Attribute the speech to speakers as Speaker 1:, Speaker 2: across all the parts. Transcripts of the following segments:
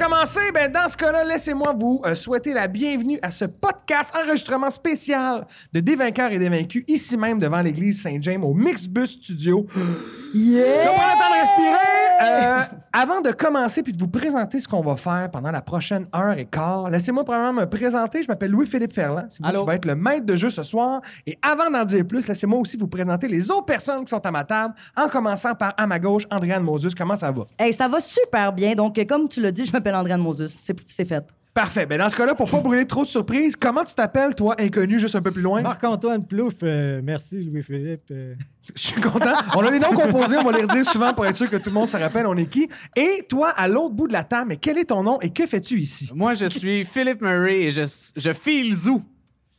Speaker 1: commencer, ben, dans ce cas-là, laissez-moi vous euh, souhaiter la bienvenue à ce podcast enregistrement spécial de Des vainqueurs et des vaincus, ici même devant l'église Saint-James au Mixbus Studio.
Speaker 2: Yeah!
Speaker 1: Comment le temps de respirer? Euh, avant de commencer puis de vous présenter ce qu'on va faire pendant la prochaine heure et quart, laissez-moi premièrement me présenter. Je m'appelle Louis-Philippe Ferland. C'est moi
Speaker 2: Allô?
Speaker 1: qui vais être le maître de jeu ce soir. Et avant d'en dire plus, laissez-moi aussi vous présenter les autres personnes qui sont à ma table, en commençant par à ma gauche, Andréane Moses. Comment ça va?
Speaker 2: Hey, ça va super bien. Donc, euh, comme tu l'as dit, je m'appelle Andréane Moses. C'est c'est fait.
Speaker 1: Parfait. Ben dans ce cas-là, pour pas brûler trop de surprises, comment tu t'appelles, toi, inconnu, juste un peu plus loin?
Speaker 3: Marc-Antoine Plouf, euh, merci Louis-Philippe. euh.
Speaker 1: Je suis content. On a des noms composés, on va les redire souvent pour être sûr que tout le monde se rappelle on est qui. Et toi, à l'autre bout de la table, mais quel est ton nom et que fais-tu ici?
Speaker 4: Moi, je suis Philippe Murray et je, je file zoo.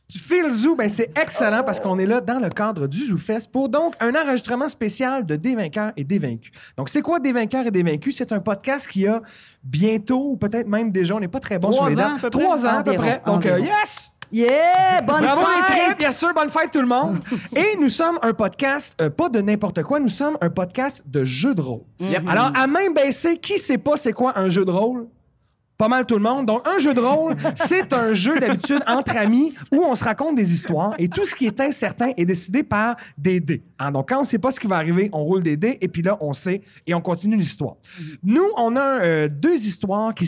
Speaker 1: Tu fais le zoo, ben c'est excellent parce qu'on est là dans le cadre du Zoo Fest pour donc un enregistrement spécial de Des vainqueurs et des vaincus. Donc, c'est quoi Des vainqueurs et des vaincus? C'est un podcast qui a bientôt, ou peut-être même déjà, on n'est pas très bon
Speaker 4: Trois
Speaker 1: sur les
Speaker 4: ans,
Speaker 1: dates.
Speaker 4: à peu près.
Speaker 1: Trois ans à peu
Speaker 2: Environ,
Speaker 1: près. Donc, euh,
Speaker 2: environ.
Speaker 1: yes!
Speaker 2: Yeah! Bonne
Speaker 1: Bravo les
Speaker 2: fête!
Speaker 1: tripes, bien sûr, bonne fête tout le monde. Et nous sommes un podcast, euh, pas de n'importe quoi, nous sommes un podcast de jeux de rôle.
Speaker 4: Yep.
Speaker 1: Alors, à main baissée, qui sait pas c'est quoi un jeu de rôle? Pas mal tout le monde. Donc, un jeu de rôle, c'est un jeu d'habitude entre amis où on se raconte des histoires et tout ce qui est incertain est décidé par des dés. Hein, donc, quand on sait pas ce qui va arriver, on roule des dés et puis là, on sait et on continue l'histoire. Nous, on a euh, deux histoires qui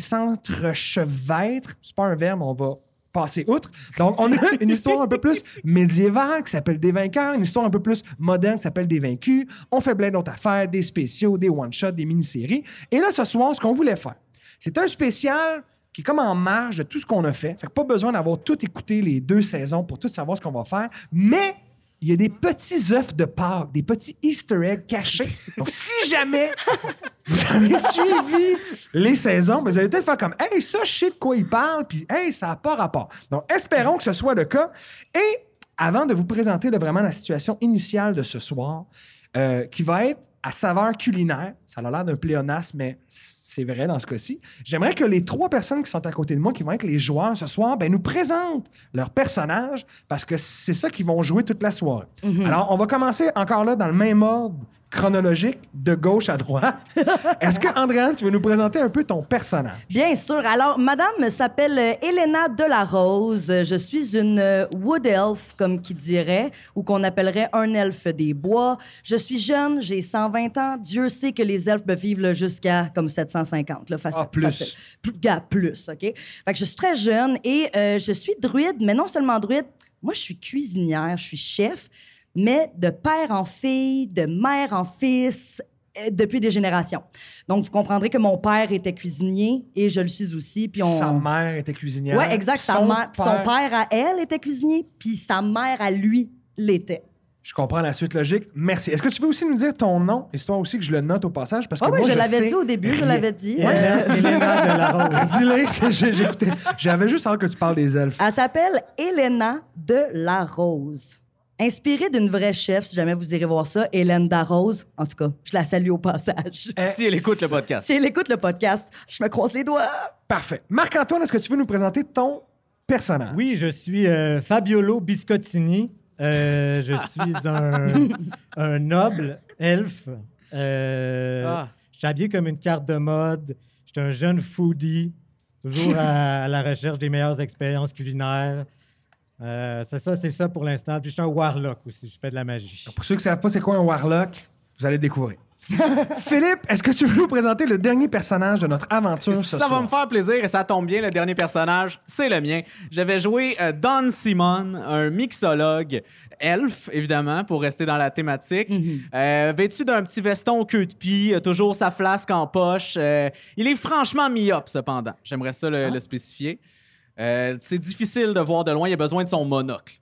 Speaker 1: s'entrechevêtrent. C'est pas un verbe, on va passer outre. Donc, on a une histoire un peu plus médiévale qui s'appelle Des vainqueurs, une histoire un peu plus moderne qui s'appelle Des vaincus. On fait plein d'autres affaires, des spéciaux, des one-shots, des mini-séries. Et là, ce soir, ce qu'on voulait faire, c'est un spécial qui est comme en marge de tout ce qu'on a fait. Fait que pas besoin d'avoir tout écouté les deux saisons pour tout savoir ce qu'on va faire. Mais il y a des petits œufs de Pâques, des petits Easter eggs cachés. Donc, si jamais vous avez suivi les saisons, mais vous allez peut-être faire comme Hey, ça, je sais de quoi il parle, puis Hey, ça n'a pas rapport. Donc, espérons que ce soit le cas. Et avant de vous présenter là, vraiment la situation initiale de ce soir, euh, qui va être à saveur culinaire, ça a l'air d'un pléonasme, mais c'est vrai dans ce cas-ci. J'aimerais que les trois personnes qui sont à côté de moi, qui vont être les joueurs ce soir, ben, nous présentent leurs personnages parce que c'est ça qu'ils vont jouer toute la soirée. Alors, on va commencer encore là dans le même ordre chronologique de gauche à droite. Est-ce que, Andréane, tu veux nous présenter un peu ton personnage?
Speaker 2: Bien sûr. Alors, madame s'appelle euh, Elena Delarose. Euh, Je suis une euh, wood elf, comme qui dirait, ou qu'on appellerait un elfe des bois. Je suis jeune, j'ai 120 ans. Dieu sait que les elfes peuvent vivre là, jusqu'à comme 750, là, facile.
Speaker 1: Ah, plus.
Speaker 2: facile. Plus, gars, plus, OK? Fait que je suis très jeune et euh, je suis druide, mais non seulement druide, moi, je suis cuisinière, je suis chef, mais de père en fille, de mère en fils, euh, depuis des générations. Donc, vous comprendrez que mon père était cuisinier et je le suis aussi. Puis on...
Speaker 1: Sa mère était cuisinière.
Speaker 2: Ouais, exact. sa
Speaker 1: Son
Speaker 2: mère- Son père à elle était cuisinier, puis sa mère à lui l'était.
Speaker 1: Je comprends la suite logique. Merci. Est-ce que tu veux aussi nous dire ton nom, histoire aussi que je le note au passage? Parce que
Speaker 2: Oui, oui,
Speaker 1: moi,
Speaker 2: je,
Speaker 1: Ah je
Speaker 2: l'avais
Speaker 1: sais
Speaker 2: dit au début, je
Speaker 1: rien.
Speaker 2: l'avais dit. Euh,
Speaker 3: Hélène- Hélène de la Rose.
Speaker 1: Dis-le, j'ai- j'écoutais. J'avais juste hâte que tu parles des elfes.
Speaker 2: Elle s'appelle Elena de la Rose. Inspirée d'une vraie chef, si jamais vous irez voir ça, Hélène Darose. En tout cas, je la salue au passage.
Speaker 1: Euh. Eh,
Speaker 4: Si elle écoute le podcast.
Speaker 2: Si elle écoute le podcast, je me croise les doigts.
Speaker 1: Parfait. Marc-Antoine, est-ce que tu veux nous présenter ton personnage?
Speaker 3: Oui, je suis euh, Fabiolo Biscottini. Euh, je suis un, un noble elfe. Euh,
Speaker 4: Ah.
Speaker 3: Je suis habillé comme une carte de mode. Je suis un jeune foodie, toujours à, à la recherche des meilleures expériences culinaires. Euh, c'est ça, c'est ça pour l'instant. Puis je suis un warlock aussi, je fais de la magie.
Speaker 1: Pour ceux qui ne savent pas c'est quoi un warlock, vous allez le découvrir. Philippe, est-ce que tu veux nous présenter le dernier personnage de notre aventure ce
Speaker 4: Ça
Speaker 1: soir?
Speaker 4: va me faire plaisir et ça tombe bien, le dernier personnage, c'est le mien. J'avais joué euh, Don Simon, un mixologue elf, évidemment, pour rester dans la thématique.
Speaker 1: Mm-hmm.
Speaker 4: Euh, vêtu d'un petit veston queue de pie, euh, toujours sa flasque en poche. euh, il est franchement myope, cependant. J'aimerais ça
Speaker 1: Ah.
Speaker 4: le, le spécifier. Euh, c'est difficile de voir de loin, il a besoin de son monocle.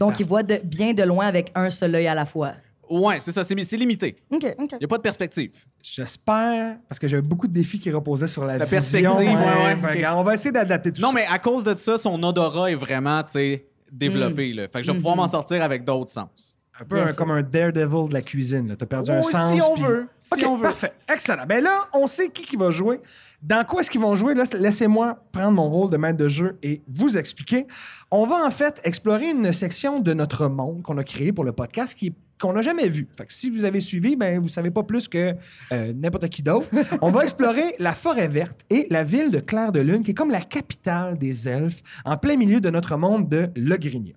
Speaker 2: Donc, il voit de, bien de loin avec un seul œil à la fois.
Speaker 4: Ouais, c'est ça, c'est c'est limité.
Speaker 2: OK, OK.
Speaker 4: Il n'y a pas de perspective.
Speaker 1: J'espère, parce que j'avais beaucoup de défis qui reposaient sur la,
Speaker 4: La
Speaker 1: vision.
Speaker 4: perspective, ouais, ouais,
Speaker 1: Fait
Speaker 4: ok.
Speaker 1: qu'on On va essayer d'adapter tout
Speaker 4: Non,
Speaker 1: ça.
Speaker 4: mais à cause de ça, son odorat est vraiment, tu sais, développé. Là. Fait que je vais pouvoir m'en sortir avec d'autres sens.
Speaker 1: Un peu
Speaker 2: Bien
Speaker 1: un-
Speaker 2: sûr.
Speaker 1: comme un daredevil de la cuisine. là. T'as perdu un
Speaker 4: Oui,
Speaker 1: sens.
Speaker 4: si on
Speaker 1: puis-
Speaker 4: veut. Si
Speaker 1: OK,
Speaker 4: on veut.
Speaker 1: parfait. Excellent. Ben là, on sait qui qui va jouer. Dans quoi est-ce qu'ils vont jouer? Là, Laissez-moi prendre mon rôle de maître de jeu et vous expliquer. On va en fait explorer une section de notre monde qu'on a créé pour le podcast qui est qu'on n'a jamais vu. Fait que si vous avez suivi, ben vous savez pas plus que euh, n'importe qui d'autre. On va explorer la forêt verte et la ville de Claire de Lune, qui est comme la capitale des elfes, en plein milieu de notre monde de Logrigny.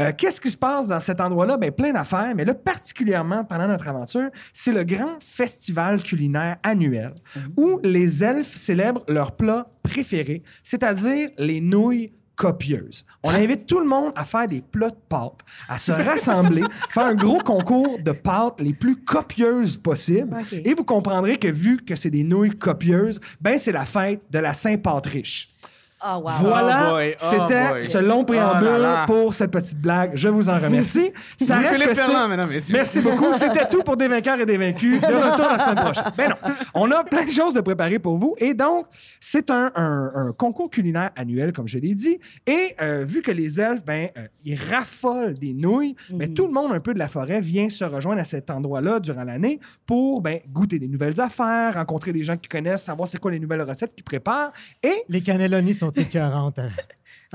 Speaker 1: Euh, Qu'est-ce qui se passe dans cet endroit-là? Ben, plein d'affaires, mais là, particulièrement pendant notre aventure, c'est le grand festival culinaire annuel où les elfes célèbrent leur plat préféré, c'est-à-dire les nouilles copieuses. On invite tout le monde à faire des plats de pâtes, à se rassembler, faire un gros concours de pâtes les plus copieuses possibles.
Speaker 2: Ok.
Speaker 1: Et vous comprendrez que vu que c'est des nouilles copieuses, ben c'est la fête de la Saint-Patriche.
Speaker 2: Ah, wow.
Speaker 1: Voilà,
Speaker 4: Oh boy, oh
Speaker 1: c'était
Speaker 4: boy.
Speaker 1: ce long préambule
Speaker 4: Oh là là.
Speaker 1: pour cette petite blague. Je vous en remercie. Ça reste
Speaker 4: Philippe
Speaker 1: que c'est-
Speaker 4: Ferland, mesdames, messieurs.
Speaker 1: Merci beaucoup. C'était tout pour des vainqueurs et des vaincus. De retour la semaine prochaine. Ben non, on a plein de choses de préparer pour vous. Et donc, c'est un, un- un concours culinaire annuel, comme je l'ai dit. Et euh, vu que les elfes, ben, euh, ils raffolent des nouilles, mais tout le monde un peu de la forêt vient se rejoindre à cet endroit-là durant l'année pour ben, goûter des nouvelles affaires, rencontrer des gens qui connaissent, savoir c'est quoi les nouvelles recettes qu'ils préparent. Et
Speaker 3: Les cannellonis sont écœurantes à,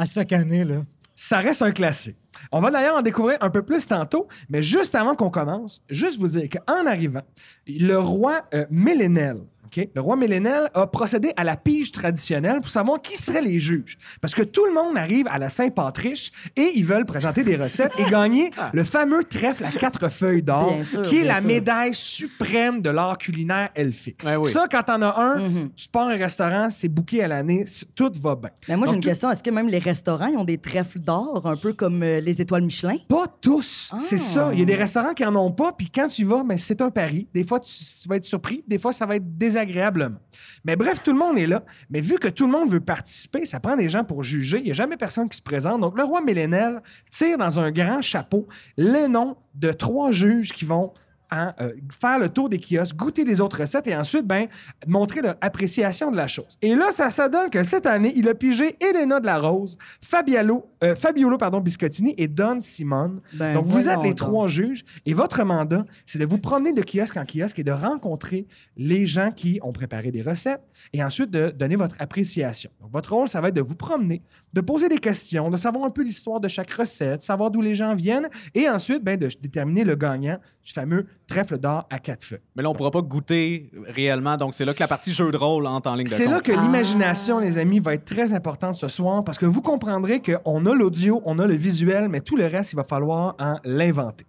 Speaker 3: à chaque année. Là.
Speaker 1: ça reste un classique. On va d'ailleurs en découvrir un peu plus tantôt, mais juste avant qu'on commence, juste vous dire qu'en arrivant, le roi euh, Millennial, OK, le roi Millennial a procédé à la pige traditionnelle pour savoir qui seraient les juges. Parce que tout le monde arrive à la Saint-Patriche et ils veulent présenter des recettes et gagner le fameux trèfle à quatre feuilles d'or,
Speaker 2: Bien sûr,
Speaker 1: qui est
Speaker 2: bien
Speaker 1: la
Speaker 2: sûr. Ben
Speaker 1: médaille suprême de l'art culinaire elfique.
Speaker 4: Ouais, oui.
Speaker 1: Ça, quand t'en as un,
Speaker 2: Mhm. Mm-hmm.
Speaker 1: tu pars un restaurant, c'est bouqué à l'année, tout va bien.
Speaker 2: Mais moi, j'ai
Speaker 1: Donc,
Speaker 2: une
Speaker 1: tout-
Speaker 2: question. Est-ce que même les restaurants, ils ont des trèfles d'or, un peu comme euh, les étoiles Michelin?
Speaker 1: Pas tous.
Speaker 2: Ah.
Speaker 1: C'est ça. Il y a des restaurants qui en ont pas, puis quand tu y vas, ben, c'est un pari. Des fois, tu, tu vas être surpris, des fois, ça va être désagréablement. Mais bref, tout le monde est là. Mais vu que tout le monde veut participer, ça prend des gens pour juger. Il n'y a jamais personne qui se présente. Donc, le roi Millennial tire dans un grand chapeau les noms de trois juges qui vont hein, euh, faire le tour des kiosques, goûter les autres recettes et ensuite ben, montrer leur appréciation de la chose. Et là, ça se donne que cette année, il a pigé Elena de la Rose, Fabiolo, euh, Fabiolo pardon, Biscottini et Don Simone.
Speaker 2: Ben,
Speaker 1: donc, vous êtes
Speaker 2: voyons
Speaker 1: les
Speaker 2: donc.
Speaker 1: trois juges et votre mandat, c'est de vous promener de kiosque en kiosque et de rencontrer les gens qui ont préparé des recettes et ensuite de donner votre appréciation. Donc, votre rôle, ça va être de vous promener, de poser des questions, de savoir un peu l'histoire de chaque recette, savoir d'où les gens viennent et ensuite ben, de déterminer le gagnant du fameux trèfle d'or à quatre feux.
Speaker 4: Mais là, on pourra pas goûter réellement, donc c'est là que la partie jeu de rôle entre en ligne de
Speaker 1: C'est là
Speaker 4: compte.
Speaker 1: que l'imagination, les amis, va être très importante ce soir parce que vous comprendrez qu'on a l'audio, on a le visuel, mais tout le reste, il va falloir en l'inventer.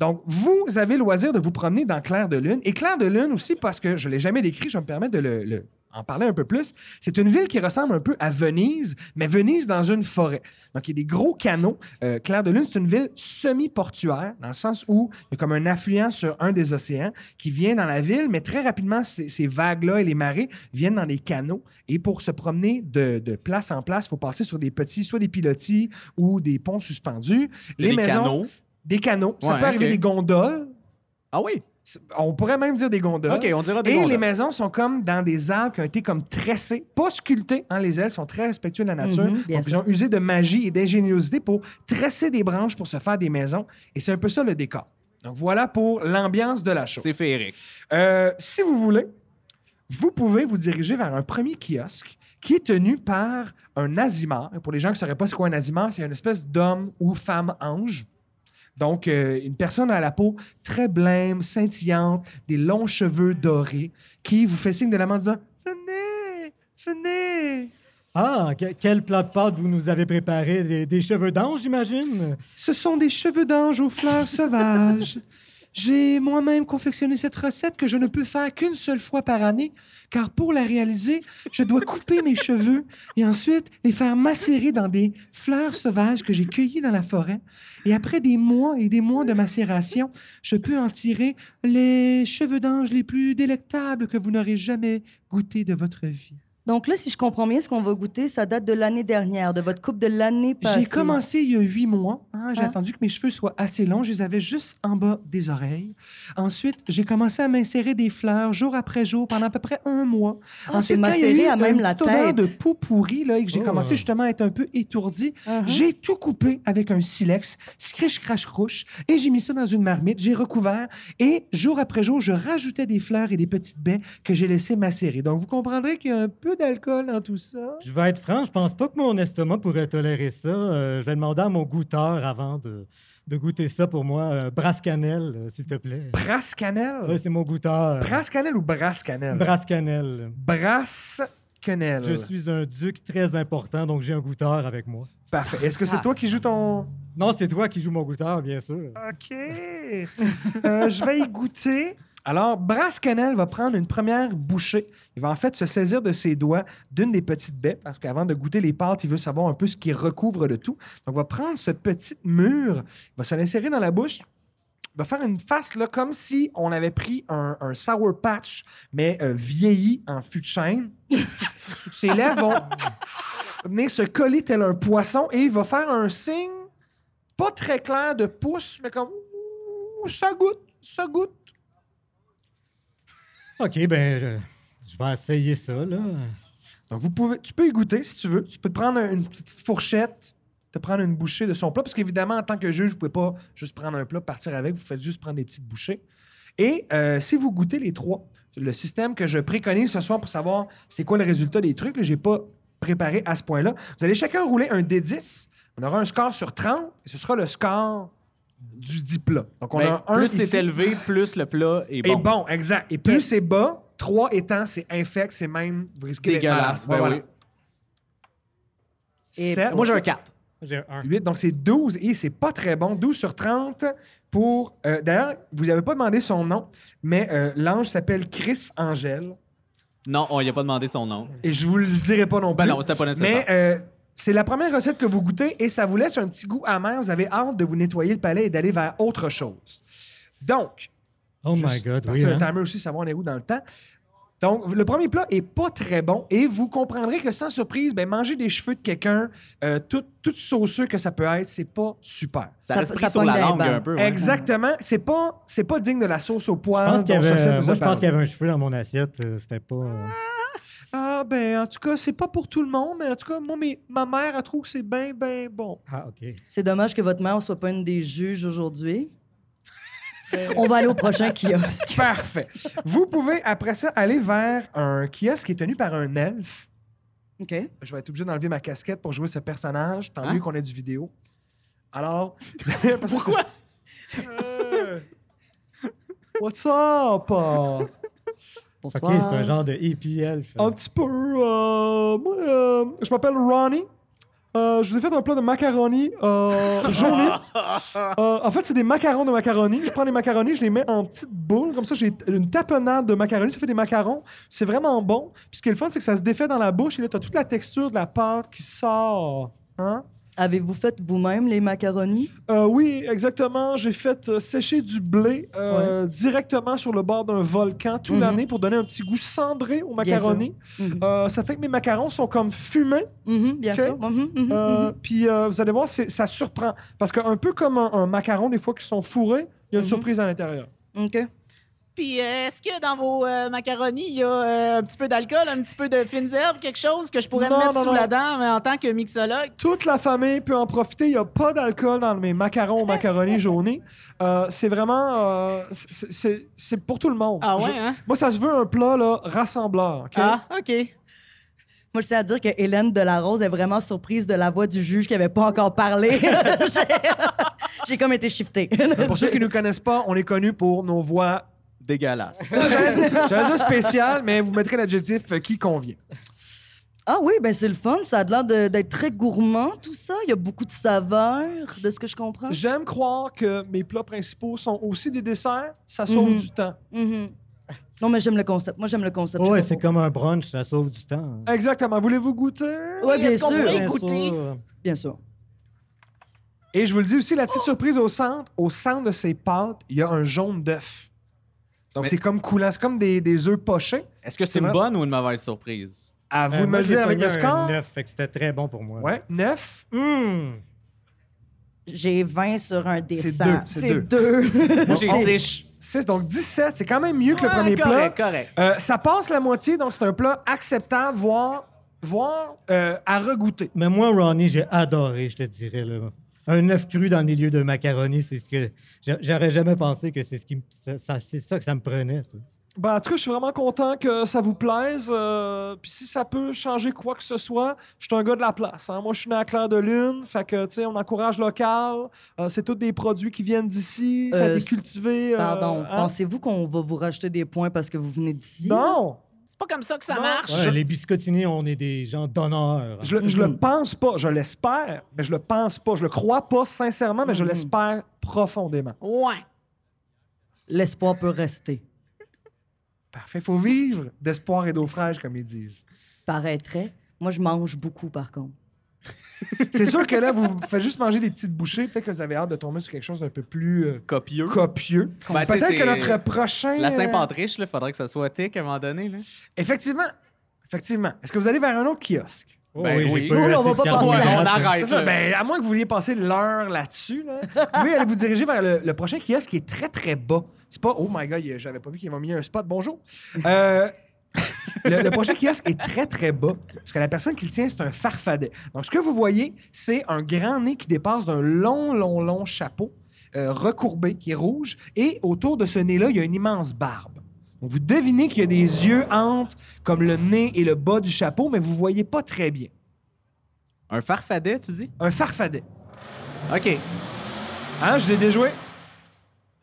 Speaker 1: Donc, vous avez le loisir de vous promener dans Claire de Lune. Et Claire de Lune aussi, parce que je ne l'ai jamais décrit, je vais me permettre de le- le- en parler un peu plus. C'est une ville qui ressemble un peu à Venise, mais Venise dans une forêt. Donc, il y a des gros canaux. Euh, Claire de Lune, c'est une ville semi-portuaire, dans le sens où il y a comme un affluent sur un des océans qui vient dans la ville, mais très rapidement, ces, ces vagues-là et les marées viennent dans des canaux. Et pour se promener de, de place en place, il faut passer sur des petits, soit des pilotis ou des ponts suspendus.
Speaker 4: Il y a
Speaker 1: les
Speaker 4: des
Speaker 1: maisons,
Speaker 4: canaux.
Speaker 1: des canaux. Ça
Speaker 4: Ouais,
Speaker 1: peut arriver
Speaker 4: ok.
Speaker 1: des gondoles.
Speaker 4: Ah oui?
Speaker 1: C'est- On pourrait même dire des gondoles.
Speaker 4: OK, on dira des
Speaker 1: Et
Speaker 4: gondoles.
Speaker 1: les maisons sont comme dans des arbres qui ont été comme tressés, pas sculptés. hein, les elfes sont très respectueux de la nature.
Speaker 2: Mhm, bien
Speaker 1: donc, ils
Speaker 2: sûr.
Speaker 1: ont usé de magie et d'ingéniosité pour tresser des branches pour se faire des maisons. Et c'est un peu ça le décor. Donc, voilà pour l'ambiance de la chose.
Speaker 4: C'est féerique.
Speaker 1: Euh, si vous voulez, vous pouvez vous diriger vers un premier kiosque qui est tenu par un azimar. Pour les gens qui ne sauraient pas c'est quoi un azimar, c'est une espèce d'homme ou femme ange. Donc, euh, une personne à la peau très blême, scintillante, des longs cheveux dorés, qui vous fait signe de la main en disant « Venez, venez!
Speaker 3: Ah, que- quel plat de pâtes vous nous avez préparé? Des, des cheveux d'ange, j'imagine?
Speaker 1: Ce sont des cheveux d'ange aux fleurs sauvages. J'ai moi-même confectionné cette recette que je ne peux faire qu'une seule fois par année, car pour la réaliser, je dois couper mes cheveux et ensuite les faire macérer dans des fleurs sauvages que j'ai cueillies dans la forêt. Et après des mois et des mois de macération, je peux en tirer les cheveux d'ange les plus délectables que vous n'aurez jamais goûté de votre vie.
Speaker 2: Donc là, si je comprends bien, ce qu'on va goûter, ça date de l'année dernière, de votre coupe de l'année passée.
Speaker 1: J'ai commencé il y a huit mois. hein, j'ai
Speaker 2: Hein?
Speaker 1: attendu que mes cheveux soient assez longs. Je les avais juste en bas des oreilles. Ensuite, j'ai commencé à m'insérer des fleurs jour après jour pendant à peu près un mois.
Speaker 2: Ah,
Speaker 1: Ensuite,
Speaker 2: c'est
Speaker 1: quand il y
Speaker 2: macéré
Speaker 1: a eu
Speaker 2: à même
Speaker 1: une
Speaker 2: la
Speaker 1: petite odeur
Speaker 2: tête.
Speaker 1: de peau pourrie là, et que j'ai
Speaker 3: Oh.
Speaker 1: commencé justement à être un peu étourdi,
Speaker 2: Uh-huh.
Speaker 1: j'ai tout coupé avec un silex, scriche crache crouche, et j'ai mis ça dans une marmite. J'ai recouvert et jour après jour, je rajoutais des fleurs et des petites baies que j'ai laissées macérer. Donc, vous comprendrez qu'il y a un peu d'alcool dans tout ça.
Speaker 3: Je vais être franc, je pense pas que mon estomac pourrait tolérer ça. Euh, je vais demander à mon goûteur avant de, de goûter ça pour moi. Euh, Brascanel, euh, s'il te plaît.
Speaker 1: Brascanel?
Speaker 3: Ouais, c'est mon goûteur.
Speaker 1: Brascanel ou Brascanel?
Speaker 3: Brascanel.
Speaker 1: Brascanel.
Speaker 3: Je suis un duc très important, donc j'ai un goûteur avec moi.
Speaker 1: Parfait. Est-ce que c'est
Speaker 2: Ah.
Speaker 1: toi qui joues ton...
Speaker 3: Non, c'est toi qui joues mon goûteur, bien sûr.
Speaker 1: OK. Euh, je vais y goûter. Alors, Brascanel va prendre une première bouchée. Il va en fait se saisir de ses doigts d'une des petites baies, parce qu'avant de goûter les pâtes, il veut savoir un peu ce qui recouvre le tout. Donc, va prendre ce petit mur, il va se l'insérer dans la bouche, il va faire une face là, comme si on avait pris un, un sour patch, mais euh, vieilli en fût de chêne. ses lèvres vont venir se coller tel un poisson et il va faire un signe pas très clair de pouce, mais comme Ouh, ça goûte, ça goûte.
Speaker 3: OK, ben, je, je vais essayer ça, là.
Speaker 1: Donc vous pouvez, tu peux y goûter si tu veux. Tu peux te prendre une petite fourchette, te prendre une bouchée de son plat, parce qu'évidemment en tant que juge, vous pouvez pas juste prendre un plat, partir avec. Vous faites juste prendre des petites bouchées. Et euh, si vous goûtez les trois, le système que je préconise ce soir pour savoir c'est quoi le résultat des trucs, là, j'ai pas préparé à ce point-là. Vous allez chacun rouler un D10. On aura un score sur 30 et ce sera le score du 10 plats. Donc on
Speaker 4: Ben,
Speaker 1: a un
Speaker 4: plus
Speaker 1: ici.
Speaker 4: c'est élevé, plus le plat est bon.
Speaker 1: Et bon, exact. Et plus c'est bas, 3 étant, c'est infect, c'est même vous risquez d'être malade.
Speaker 4: Dégueulasse. ben
Speaker 1: Ouais, voilà.
Speaker 2: Et-
Speaker 1: Sept,
Speaker 4: oui. Moi, j'ai un 4.
Speaker 3: J'ai un un.
Speaker 1: 8, donc c'est 12 et c'est pas très bon. 12 sur 30 pour. euh, D'ailleurs, vous avez pas demandé son nom, mais euh, l'ange s'appelle Chris Angel.
Speaker 4: Non, on, il a pas demandé son nom.
Speaker 1: Et je vous le dirai pas Ben non plus.
Speaker 4: Ben non, c'était pas nécessaire.
Speaker 1: mais euh, c'est la première recette que vous goûtez et ça vous laisse un petit goût amer. Vous avez hâte de vous nettoyer le palais et d'aller vers autre chose. Donc,
Speaker 3: Oh
Speaker 1: Juste
Speaker 3: my God, oui,
Speaker 1: partir le
Speaker 3: hein?
Speaker 1: timer aussi, savoir on est où dans le temps. Donc, le premier plat est pas très bon et vous comprendrez que sans surprise, ben, manger des cheveux de quelqu'un, euh, tout, toute sauceux que ça peut être, c'est pas super.
Speaker 4: Ça,
Speaker 2: Ça-
Speaker 4: reste pris
Speaker 2: ça
Speaker 4: sur
Speaker 2: pogne
Speaker 4: la
Speaker 2: dans les
Speaker 4: langue
Speaker 2: bancs.
Speaker 4: un peu. ouais.
Speaker 1: Exactement. C'est pas, c'est pas digne de la sauce au
Speaker 3: Je
Speaker 1: poivre.
Speaker 3: pense qu'il y
Speaker 1: dont
Speaker 3: avait,
Speaker 1: Saucette
Speaker 3: euh,
Speaker 1: nous
Speaker 3: moi,
Speaker 1: a
Speaker 3: je pense
Speaker 1: parlé.
Speaker 3: qu'il y avait un cheveu dans mon assiette. euh, C'était pas. euh,
Speaker 1: Ah, ben, en tout cas, c'est pas pour tout le monde, mais en tout cas, moi, mes- ma mère, elle trouve que c'est bien, bien bon.
Speaker 3: Ah, OK.
Speaker 2: C'est dommage que votre mère soit pas une des juges aujourd'hui. On va aller au prochain kiosque.
Speaker 1: Parfait. Vous pouvez, après ça, aller vers un kiosque qui est tenu par un elfe.
Speaker 2: OK.
Speaker 1: je vais être obligé d'enlever ma casquette pour jouer ce personnage, tant
Speaker 4: Hein?
Speaker 1: mieux qu'on ait du vidéo. Alors, pourquoi Euh, What's up euh,
Speaker 3: OK,
Speaker 2: Bonsoir.
Speaker 3: c'est un genre de hippie elf.
Speaker 1: Un petit peu. euh, moi, euh, je m'appelle Ronnie. Euh, je vous ai fait un plat de macaroni euh, jaune. Euh, en fait, c'est des macarons de macaroni. Je prends les macaronis, je les mets en petites boules. Comme ça, j'ai une tapenade de macaroni. Ça fait des macarons. C'est vraiment bon. Puis ce qui est le fun, c'est que ça se défait dans la bouche. Et là, tu as toute la texture de la pâte qui sort. Hein?
Speaker 2: Avez-vous fait vous-même les macaronis?
Speaker 1: Euh, oui, exactement. J'ai fait euh, sécher du blé euh, directement sur le bord d'un volcan toute
Speaker 2: Mhm.
Speaker 1: l'année pour donner un petit goût cendré aux
Speaker 2: Bien sûr.
Speaker 1: macaronis.
Speaker 2: Mhm.
Speaker 1: Euh, ça fait que mes macarons sont comme fumés.
Speaker 2: Mhm, bien
Speaker 1: OK.
Speaker 2: sûr. Mhm, mhm,
Speaker 1: Euh,
Speaker 2: mhm.
Speaker 1: Puis euh, vous allez voir, c'est- ça surprend. Parce qu'un peu comme un, un macaron, des fois, qui sont fourrés, il y a une
Speaker 2: Mhm.
Speaker 1: surprise à l'intérieur.
Speaker 2: OK.
Speaker 5: Puis euh, est-ce que dans vos euh, macaronis, il y a euh, un petit peu d'alcool, un petit peu de fines herbes, quelque chose que je pourrais
Speaker 1: Non,
Speaker 5: me mettre
Speaker 1: non,
Speaker 5: sous
Speaker 1: non.
Speaker 5: la dent euh, en tant que mixologue?
Speaker 1: Toute la famille peut en profiter. Il n'y a pas d'alcool dans mes macarons ou macaronis jaunés. Euh, c'est vraiment... euh, c'est- c'est- c'est pour tout le monde.
Speaker 5: Ah
Speaker 1: Je-
Speaker 5: ouais, hein?
Speaker 1: Moi, ça se veut un plat là, rassembleur. OK?
Speaker 5: Ah, OK.
Speaker 2: Moi, je tiens à dire que Hélène Delarose est vraiment surprise de la voix du juge qui n'avait pas encore parlé. J'ai- J'ai comme été shiftée.
Speaker 1: Pour ceux qui ne nous connaissent pas, on est connu pour nos voix.
Speaker 4: Dégueulasse.
Speaker 1: J'allais dire spéciales, mais vous mettrez l'adjectif euh, qui convient.
Speaker 2: ah oui, ben c'est le fun. Ça a l'air de- d'être très gourmand, tout ça. Il y a beaucoup de saveurs, de ce que je comprends.
Speaker 1: J'aime croire que mes plats principaux sont aussi des desserts. Ça sauve
Speaker 2: Mhm.
Speaker 1: du temps.
Speaker 2: Mhm. Non, mais j'aime le concept. Moi, j'aime le concept.
Speaker 3: Oh,
Speaker 2: Je
Speaker 3: ouais,
Speaker 2: sais
Speaker 3: c'est
Speaker 2: pas
Speaker 3: comme un brunch, ça sauve du temps.
Speaker 1: Exactement. Voulez-vous goûter?
Speaker 2: pourquoi. Ouais, bien
Speaker 5: Est-ce qu'on
Speaker 2: sûr.
Speaker 5: pourrait-
Speaker 3: Bien
Speaker 5: écoutez.
Speaker 3: sûr.
Speaker 2: Bien sûr.
Speaker 1: Et je vous le dis aussi, la petite surprise au centre, au centre de ces pâtes, il y a un jaune d'œuf. Donc
Speaker 4: Mais-
Speaker 1: c'est comme coulant, c'est comme des, des œufs pochés.
Speaker 4: Est-ce que
Speaker 1: C'est
Speaker 4: c'est une
Speaker 1: vrai.
Speaker 4: bonne ou une mauvaise surprise?
Speaker 1: À vous
Speaker 3: Euh,
Speaker 1: de
Speaker 3: moi,
Speaker 1: me le
Speaker 3: j'ai
Speaker 1: dire avec
Speaker 3: pogné
Speaker 1: le
Speaker 3: un
Speaker 1: score.
Speaker 3: neuf, fait que c'était très bon pour moi.
Speaker 1: Ouais, neuf.
Speaker 3: Hum!
Speaker 2: J'ai 20 sur un dessin.
Speaker 1: deux, c'est
Speaker 2: deux.
Speaker 4: Moi, j'ai
Speaker 1: Oh.
Speaker 4: 6.
Speaker 1: 6, donc 17, c'est quand même mieux que le
Speaker 4: Ah,
Speaker 1: premier plat.
Speaker 4: correct, correct.
Speaker 1: Euh, ça passe la moitié, donc c'est un plat acceptable, voire, voire euh, à regoutter.
Speaker 3: Mais moi, Ronnie, j'ai adoré, je te dirais. Là. Un œuf cru dans le milieu de macaroni, c'est ce que. j'a- J'aurais jamais pensé que c'est ce qui me- ça, ça- c'est ça que ça me prenait. tu sais.
Speaker 1: Ben, en tout cas, je suis vraiment content que ça vous plaise. euh, Puis si ça peut changer quoi que ce soit, je suis un gars de la place. hein. Moi, je suis né à Claire de Lune. Fait que, tu sais, on encourage local. Euh, c'est tous des produits qui viennent d'ici. ça a
Speaker 2: Euh,
Speaker 1: été cultivé. euh,
Speaker 2: Pardon,
Speaker 1: hein.
Speaker 2: pensez-vous qu'on va vous rajouter des points parce que vous venez d'ici?
Speaker 1: Non!
Speaker 5: C'est pas comme ça que ça
Speaker 1: Non.
Speaker 5: marche.
Speaker 3: Ouais, Les biscotiniers, on est des gens d'honneur.
Speaker 1: Je, le- je
Speaker 2: Mm-hmm.
Speaker 1: le pense pas. Je l'espère, mais je le pense pas. Je le crois pas sincèrement,
Speaker 2: Mm-hmm.
Speaker 1: mais je l'espère profondément.
Speaker 5: Ouais.
Speaker 2: L'espoir peut rester.
Speaker 1: Parfait. Faut vivre d'espoir et d'eau fraîche, comme ils disent.
Speaker 2: Paraîtrait. Moi, je mange beaucoup, par contre.
Speaker 1: C'est sûr que là, vous vous faites juste manger des petites bouchées. Peut-être que vous avez hâte de tomber sur quelque chose d'un peu plus euh,
Speaker 4: Copieux.
Speaker 1: copieux.
Speaker 4: Ben, c'est-
Speaker 1: Peut-être
Speaker 4: c'est-
Speaker 1: que notre prochain.
Speaker 4: La
Speaker 1: euh,
Speaker 4: Saint-Patrice, là, faudrait que ça soit tic à un moment donné. Là.
Speaker 1: Effectivement. Effectivement. Est-ce que vous allez vers un autre kiosque?
Speaker 3: Oh
Speaker 4: Ben oui.
Speaker 3: j'ai pas eu
Speaker 2: Nous, on
Speaker 3: assez
Speaker 2: va
Speaker 3: de
Speaker 2: pas
Speaker 3: cartes
Speaker 2: passer
Speaker 3: de
Speaker 2: la-
Speaker 3: visite.
Speaker 4: on arrête.
Speaker 1: C'est ça,
Speaker 4: là.
Speaker 1: ben, à moins que vous vouliez passer l'heure là-dessus, là, vous pouvez aller vous diriger vers le, le prochain kiosque qui est très très bas. C'est pas Oh my god, il- j'avais pas vu qu'ils m'ont mis un spot, bonjour. Euh, le, le prochain kiosque est très très bas parce que la personne qui le tient, c'est un farfadet. Donc ce que vous voyez, c'est un grand nez qui dépasse d'un long, long, long chapeau euh, recourbé qui est rouge et autour de ce nez-là, il y a une immense barbe. Donc vous devinez qu'il y a des yeux entre comme le nez et le bas du chapeau, mais vous voyez pas très bien.
Speaker 4: Un farfadet, tu dis?
Speaker 1: Un farfadet.
Speaker 4: OK.
Speaker 1: Hein, je vous ai déjoué.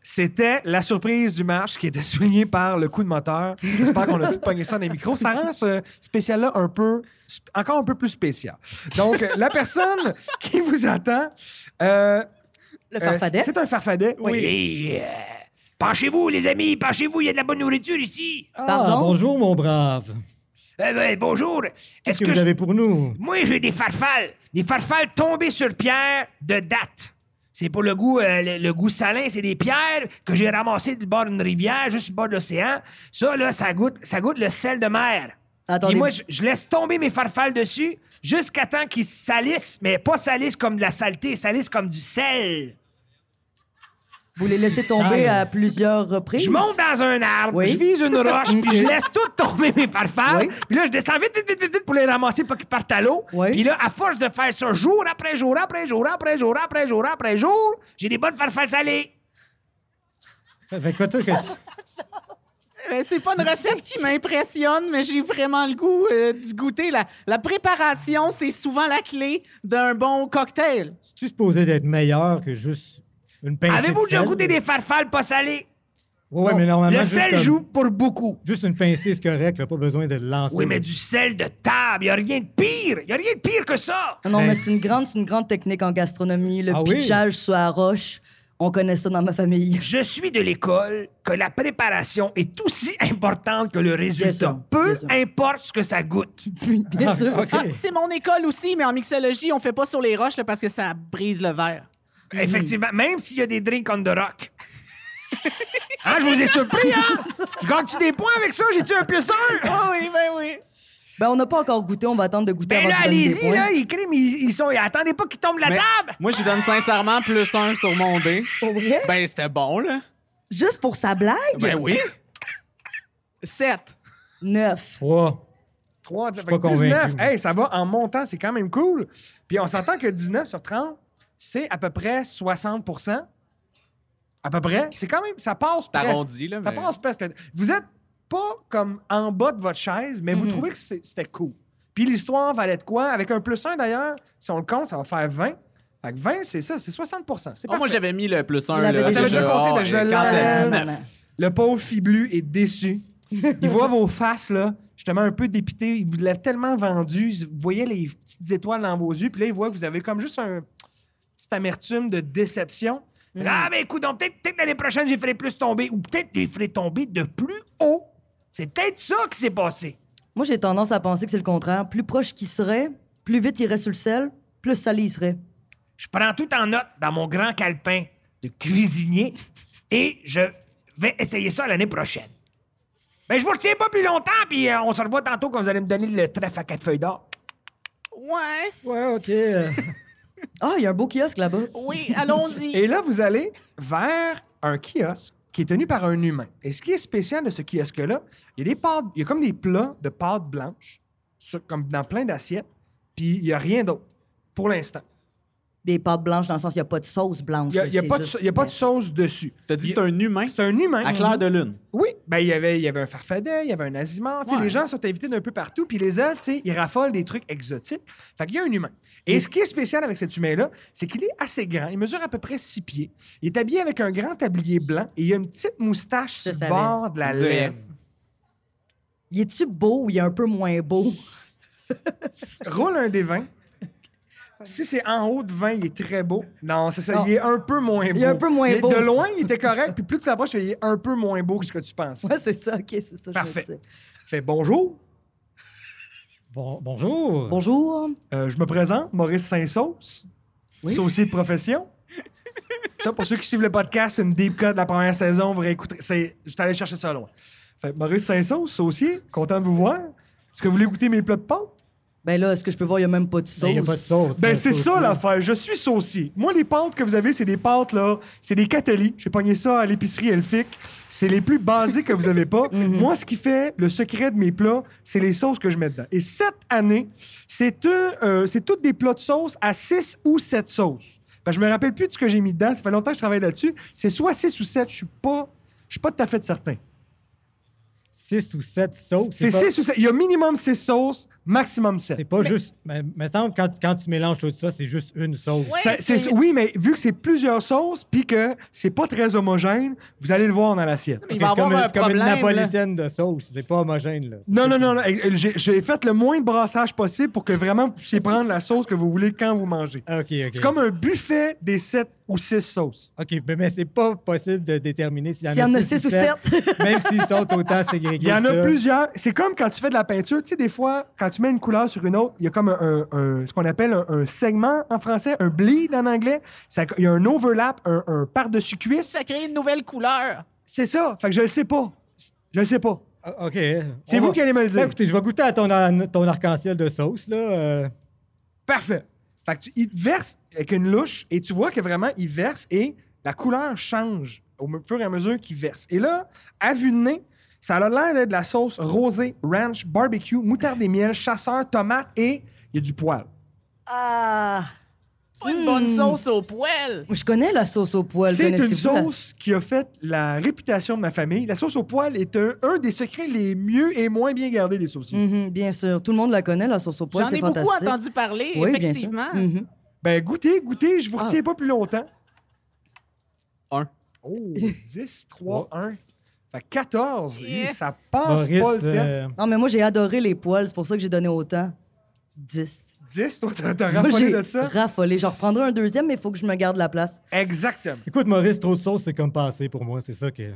Speaker 1: C'était la surprise du match qui était soulignée par le coup de moteur. J'espère qu'on a tout pogné ça dans les micros. Ça rend ce spécial-là un peu, sp- encore un peu plus spécial. Donc, euh, la personne qui vous attend, euh,
Speaker 2: Le
Speaker 1: euh,
Speaker 2: farfadet.
Speaker 1: c'est un farfadet.
Speaker 6: Oui. Penchez-vous, les amis, penchez-vous, il y a de la bonne nourriture ici.
Speaker 1: Ah,
Speaker 3: Ah,
Speaker 2: Pardon?
Speaker 3: bonjour, mon brave.
Speaker 6: Eh ben, bonjour.
Speaker 3: Qu'est-ce
Speaker 6: Est-ce
Speaker 3: que,
Speaker 6: que,
Speaker 3: vous
Speaker 6: je-
Speaker 3: avez pour nous?
Speaker 6: moi, j'ai des farfales, des farfales tombées sur pierre de date. C'est pour le goût, euh, le, le goût salin, c'est des pierres que j'ai ramassées du bord d'une rivière, juste du bord de l'océan. Ça, là, ça goûte, ça goûte le sel de mer.
Speaker 2: Attendez.
Speaker 6: Et moi, je, je laisse tomber mes farfales dessus jusqu'à temps qu'ils salissent, mais pas salissent comme de la saleté, salissent comme du sel.
Speaker 2: Vous les laissez tomber
Speaker 3: Ça,
Speaker 2: à plusieurs reprises?
Speaker 6: Je monte dans un arbre,
Speaker 2: Oui.
Speaker 6: je vise une roche, puis je laisse tout tomber mes farfales.
Speaker 2: Oui.
Speaker 6: Puis là, je descends vite, vite, vite, vite, vite pour les ramasser pour qu'ils partent à l'eau.
Speaker 2: Oui.
Speaker 6: Puis là, à force de faire ça jour après jour, après jour, après jour, après jour, après jour, j'ai des bonnes farfales salées.
Speaker 3: Fait- fait que toi, que-
Speaker 5: Euh, C'est pas une recette qui m'impressionne, mais j'ai vraiment le goût euh, d'y goûter. La, la préparation, c'est souvent la clé d'un bon cocktail.
Speaker 3: tu es supposé d'être meilleur que juste une pincée
Speaker 6: Avez-vous
Speaker 3: de
Speaker 6: déjà
Speaker 3: sel?
Speaker 6: goûté des farfales pas salées?
Speaker 3: Ouais, ouais, mais normalement,
Speaker 6: Le
Speaker 3: juste
Speaker 6: sel
Speaker 3: comme-
Speaker 6: joue pour beaucoup.
Speaker 3: Juste une pincée, c'est correct. là, Pas besoin de le lancer.
Speaker 6: Oui, mais du sel de table, y a rien de pire. Y a rien de pire que ça.
Speaker 2: Non,
Speaker 3: Ben-
Speaker 2: mais c'est une grande, c'est une grande technique en gastronomie. Le
Speaker 3: Ah oui?
Speaker 2: pitchage sur la roche, on connaît ça dans ma famille.
Speaker 6: Je suis de l'école que la préparation est aussi importante que le résultat.
Speaker 2: sûr,
Speaker 6: Peu
Speaker 2: bien sûr.
Speaker 6: importe ce que ça goûte.
Speaker 2: Puis, bien sûr.
Speaker 3: OK.
Speaker 5: Ah, c'est mon école aussi, mais en mixologie, on fait pas sur les roches là, parce que ça brise le verre.
Speaker 6: Mm-hmm. Effectivement, même s'il y a des drinks on the rock. Hein, je vous ai surpris, hein? Je gagne-tu des points avec ça? J'ai-tu un plus un?
Speaker 5: Ah oui, ben oui.
Speaker 2: Ben, on n'a pas encore goûté, on va attendre de goûter
Speaker 6: Ben
Speaker 2: avant
Speaker 6: là,
Speaker 2: de vous donner des
Speaker 6: allez-y,
Speaker 2: points.
Speaker 6: là, ils criment, ils, ils sont... Attendez pas qu'ils tombent de la
Speaker 4: Mais-
Speaker 6: table!
Speaker 4: Moi, je lui donne sincèrement plus un sur mon dé.
Speaker 2: Pour vrai?
Speaker 4: Ben, c'était bon, là.
Speaker 2: Juste pour sa blague?
Speaker 4: Ben oui.
Speaker 5: 7.
Speaker 2: Neuf.
Speaker 3: Trois.
Speaker 1: 3, fait
Speaker 3: pas
Speaker 1: que 19.
Speaker 3: convaincu.
Speaker 1: Hey, ça va en montant, c'est quand même cool. Puis on s'entend que 19 sur 30, c'est à peu près 60 À peu près. C'est quand même, ça passe presque.
Speaker 4: T'arrondis, là.
Speaker 1: Ça
Speaker 4: mais-
Speaker 1: passe presque. Vous êtes pas comme en bas de votre chaise, mais vous
Speaker 2: Mhm.
Speaker 1: trouvez que c'est- c'était cool. Puis l'histoire valait de quoi? Avec un plus 1 d'ailleurs, si on le compte, ça va faire 20. Fait que 20, c'est ça, c'est 60 C'est
Speaker 4: Ah, moi,
Speaker 1: parfait.
Speaker 4: j'avais mis le plus un,
Speaker 2: Il
Speaker 4: là.
Speaker 2: avait déjà-
Speaker 1: T'avais déjà compté,
Speaker 4: Ah,
Speaker 1: mais je
Speaker 4: et quand
Speaker 1: l'avais.
Speaker 4: c'est
Speaker 2: Euh, Non,
Speaker 4: 19.
Speaker 2: non, non.
Speaker 1: Le pauvre Fiblu est déçu. Il voit vos faces, là, justement un peu dépité. Il vous l'a tellement vendu. Vous voyez les petites étoiles dans vos yeux. Puis là, il voit que vous avez comme juste un petite amertume de déception.
Speaker 6: Ah, ben écoute, donc, peut-être peut l'année prochaine, j'y ferai plus tomber. Ou peut-être je les ferai tomber de plus haut. C'est peut-être ça qui s'est passé.
Speaker 2: Moi, j'ai tendance à penser que c'est le contraire. Plus proche qu'il serait, plus vite il irait sur le sel, plus salé il serait.
Speaker 6: Je prends tout en note dans mon grand calepin de cuisinier et je vais essayer ça l'année prochaine. Mais je vous retiens pas plus longtemps, puis euh, on se revoit tantôt quand vous allez me donner le trèfle à quatre feuilles d'or.
Speaker 5: Ouais.
Speaker 3: Ouais, OK. euh,
Speaker 2: Ah, il y a un beau kiosque là-bas.
Speaker 5: Oui, allons-y.
Speaker 1: Et là, vous allez vers un kiosque qui est tenu par un humain. Et ce qui est spécial de ce kiosque-là, il y a des pâtes, il y a comme des plats de pâtes blanches, sur- comme dans plein d'assiettes, puis il n'y a rien d'autre pour l'instant.
Speaker 2: des pâtes blanches dans le sens il n'y a pas de sauce blanche.
Speaker 1: Il n'y a, il y a
Speaker 2: c'est
Speaker 1: pas de
Speaker 2: juste-
Speaker 1: so- il y a pas de sauce dessus.
Speaker 4: T'as dit c'est un humain
Speaker 1: C'est un humain.
Speaker 4: à clair de lune.
Speaker 1: Oui, ben, il, y avait, il y avait un farfadet, il y avait un azimard. tu sais,
Speaker 4: Ouais.
Speaker 1: Les gens sont invités d'un peu partout, puis les elfes, tu sais, ils raffolent des trucs exotiques. Fait qu'il y a un humain. Et ce qui est spécial avec cet humain-là, c'est qu'il est assez grand. Il mesure à peu près six pieds. Il est habillé avec un grand tablier blanc et il a une petite moustache
Speaker 2: Je
Speaker 1: sur le
Speaker 2: savais.
Speaker 1: bord de la
Speaker 4: Je dirais.
Speaker 1: lèvre.
Speaker 2: Il est-tu beau ou il est un peu moins beau?
Speaker 1: Roule un des 20. Si c'est en haut de 20, il est très beau. Non, c'est ça.
Speaker 2: Non.
Speaker 1: Il est un peu moins beau.
Speaker 2: est un peu moins
Speaker 1: Il est-
Speaker 2: beau.
Speaker 1: De loin, il était correct. Puis plus tu t'approches, il est un peu moins beau que ce que tu penses.
Speaker 2: Ouais, c'est ça, ok, c'est ça. je me
Speaker 1: Parfait.
Speaker 2: disais.
Speaker 1: Fait bonjour.
Speaker 3: Bon- bonjour.
Speaker 2: Bonjour.
Speaker 1: Euh, je me présente, Maurice Saint-Sauce, saucier de profession. ça, pour ceux qui suivent le podcast, c'est une deep cut de la première saison. Vous réécouterez. C'est... Je suis allé chercher ça loin. Fait, Maurice Saint-Sauce, saucier, content de vous voir. Est-ce que vous voulez goûter mes plats de pâtes?
Speaker 2: Ben là, est-ce que je peux voir, il n'y a même pas de
Speaker 3: Mais
Speaker 2: sauce?
Speaker 3: Il n'y a pas de sauce. hein,
Speaker 1: Ben,
Speaker 3: la
Speaker 1: c'est
Speaker 3: sauce,
Speaker 1: ça
Speaker 3: là.
Speaker 1: l'affaire. Je suis saucier. Moi, les pâtes que vous avez, c'est des pâtes, là. C'est des catélis. J'ai pogné ça à l'épicerie elfique. C'est les plus basés que vous avez pas. Moi, ce qui fait le secret de mes plats, c'est les sauces que je mets dedans. Et cette année, c'est un, euh, c'est toutes des plats de sauce à 6 ou 7 sauces. Parce que je me rappelle plus de ce que j'ai mis dedans. Ça fait longtemps que je travaille là-dessus. C'est soit 6 ou 7. Je suis pas. Je suis pas tout à fait certain.
Speaker 3: Six ou sept sauces.
Speaker 1: C'est
Speaker 3: pas-
Speaker 1: 6 ou 7. Il y a minimum 6 sauces, maximum 7.
Speaker 3: C'est pas juste. Mais, mettons, quand, quand tu mélanges tout ça, c'est juste une sauce.
Speaker 1: Ça-
Speaker 5: Ouais,
Speaker 1: c'est-
Speaker 5: c'est-
Speaker 1: oui, mais vu que c'est plusieurs sauces puis que c'est pas très homogène, vous allez le voir dans l'assiette.
Speaker 5: Mais il
Speaker 3: C'est
Speaker 5: va avoir
Speaker 3: comme,
Speaker 5: un
Speaker 3: c'est comme une
Speaker 5: problème. là.
Speaker 3: napolitaine de sauce. C'est pas homogène, là.
Speaker 1: Non, non, non, non, eh, J'ai j'ai fait le moins de brassage possible pour que vraiment vous puissiez prendre la sauce que vous voulez quand vous mangez.
Speaker 3: Ah, OK, OK.
Speaker 1: C'est comme un buffet des 7 ou 6 sauces.
Speaker 3: OK, mais, mais c'est pas possible de déterminer s'il y en a,
Speaker 2: S'il y en a
Speaker 3: six
Speaker 2: six ou sept.
Speaker 3: même s'ils sont autant ségrégés.
Speaker 1: Il y en
Speaker 3: que
Speaker 1: a
Speaker 3: ça.
Speaker 1: plusieurs. C'est comme quand tu fais de la peinture. Tu sais, des fois, quand tu mets une couleur sur une autre, il y a comme un, un- un- ce qu'on appelle un, un segment en français, un bleed en anglais. Ça- il y a un overlap, un, un par-dessus cuisse.
Speaker 5: Ça crée une nouvelle couleur.
Speaker 1: C'est ça. Fait que je le sais pas. Je le sais pas.
Speaker 3: Ah, OK.
Speaker 1: C'est
Speaker 3: On
Speaker 1: vous
Speaker 3: va-
Speaker 1: qui allez me le
Speaker 3: Ben,
Speaker 1: dire.
Speaker 3: écoutez, je vais goûter à ton, an- ton arc-en-ciel de sauce, là. euh,
Speaker 1: Parfait. Fait que tu, il te verse avec une louche et tu vois que vraiment, il verse et la couleur change au me- fur et à mesure qu'il verse. Et là, à vue de nez, ça a l'air d'être de la sauce rosée, ranch, barbecue, moutarde et miel, chasseur, tomate et il y a du poil.
Speaker 2: Ah! Hmm.
Speaker 5: Pas une bonne sauce au poêle.
Speaker 2: Je connais la sauce au poil.
Speaker 1: C'est une
Speaker 2: connaissez-vous la-
Speaker 1: sauce qui a fait la réputation de ma famille. La sauce au poil est un, un des secrets les mieux et moins bien gardés des sauciers.
Speaker 2: Mhm, bien sûr. Tout le monde la connaît, la sauce au poil.
Speaker 5: J'en
Speaker 2: c'est
Speaker 5: ai beaucoup
Speaker 2: fantastique.
Speaker 5: entendu parler,
Speaker 2: Oui, bien sûr.
Speaker 5: effectivement.
Speaker 2: Mhm.
Speaker 1: Ben goûtez, goûtez, je vous retiens pas plus longtemps.
Speaker 4: Un.
Speaker 1: Oh, 10, 3, 1. Fait que 14,
Speaker 5: Yeah.
Speaker 1: et ça passe
Speaker 3: Maurice,
Speaker 1: Ah, pas le test.
Speaker 3: euh,
Speaker 2: Non, mais moi, j'ai adoré les poils. C'est pour ça que j'ai donné autant. 10.
Speaker 1: 10, toi, t'as, t'as
Speaker 2: Moi,
Speaker 1: raffolé
Speaker 2: j'ai
Speaker 1: de ça?
Speaker 2: raffolé. J'en reprendrai un deuxième, mais il faut que je me garde la place.
Speaker 1: Exactement.
Speaker 3: écoute, Maurice, trop de sauce, c'est comme passé pour moi. C'est ça que.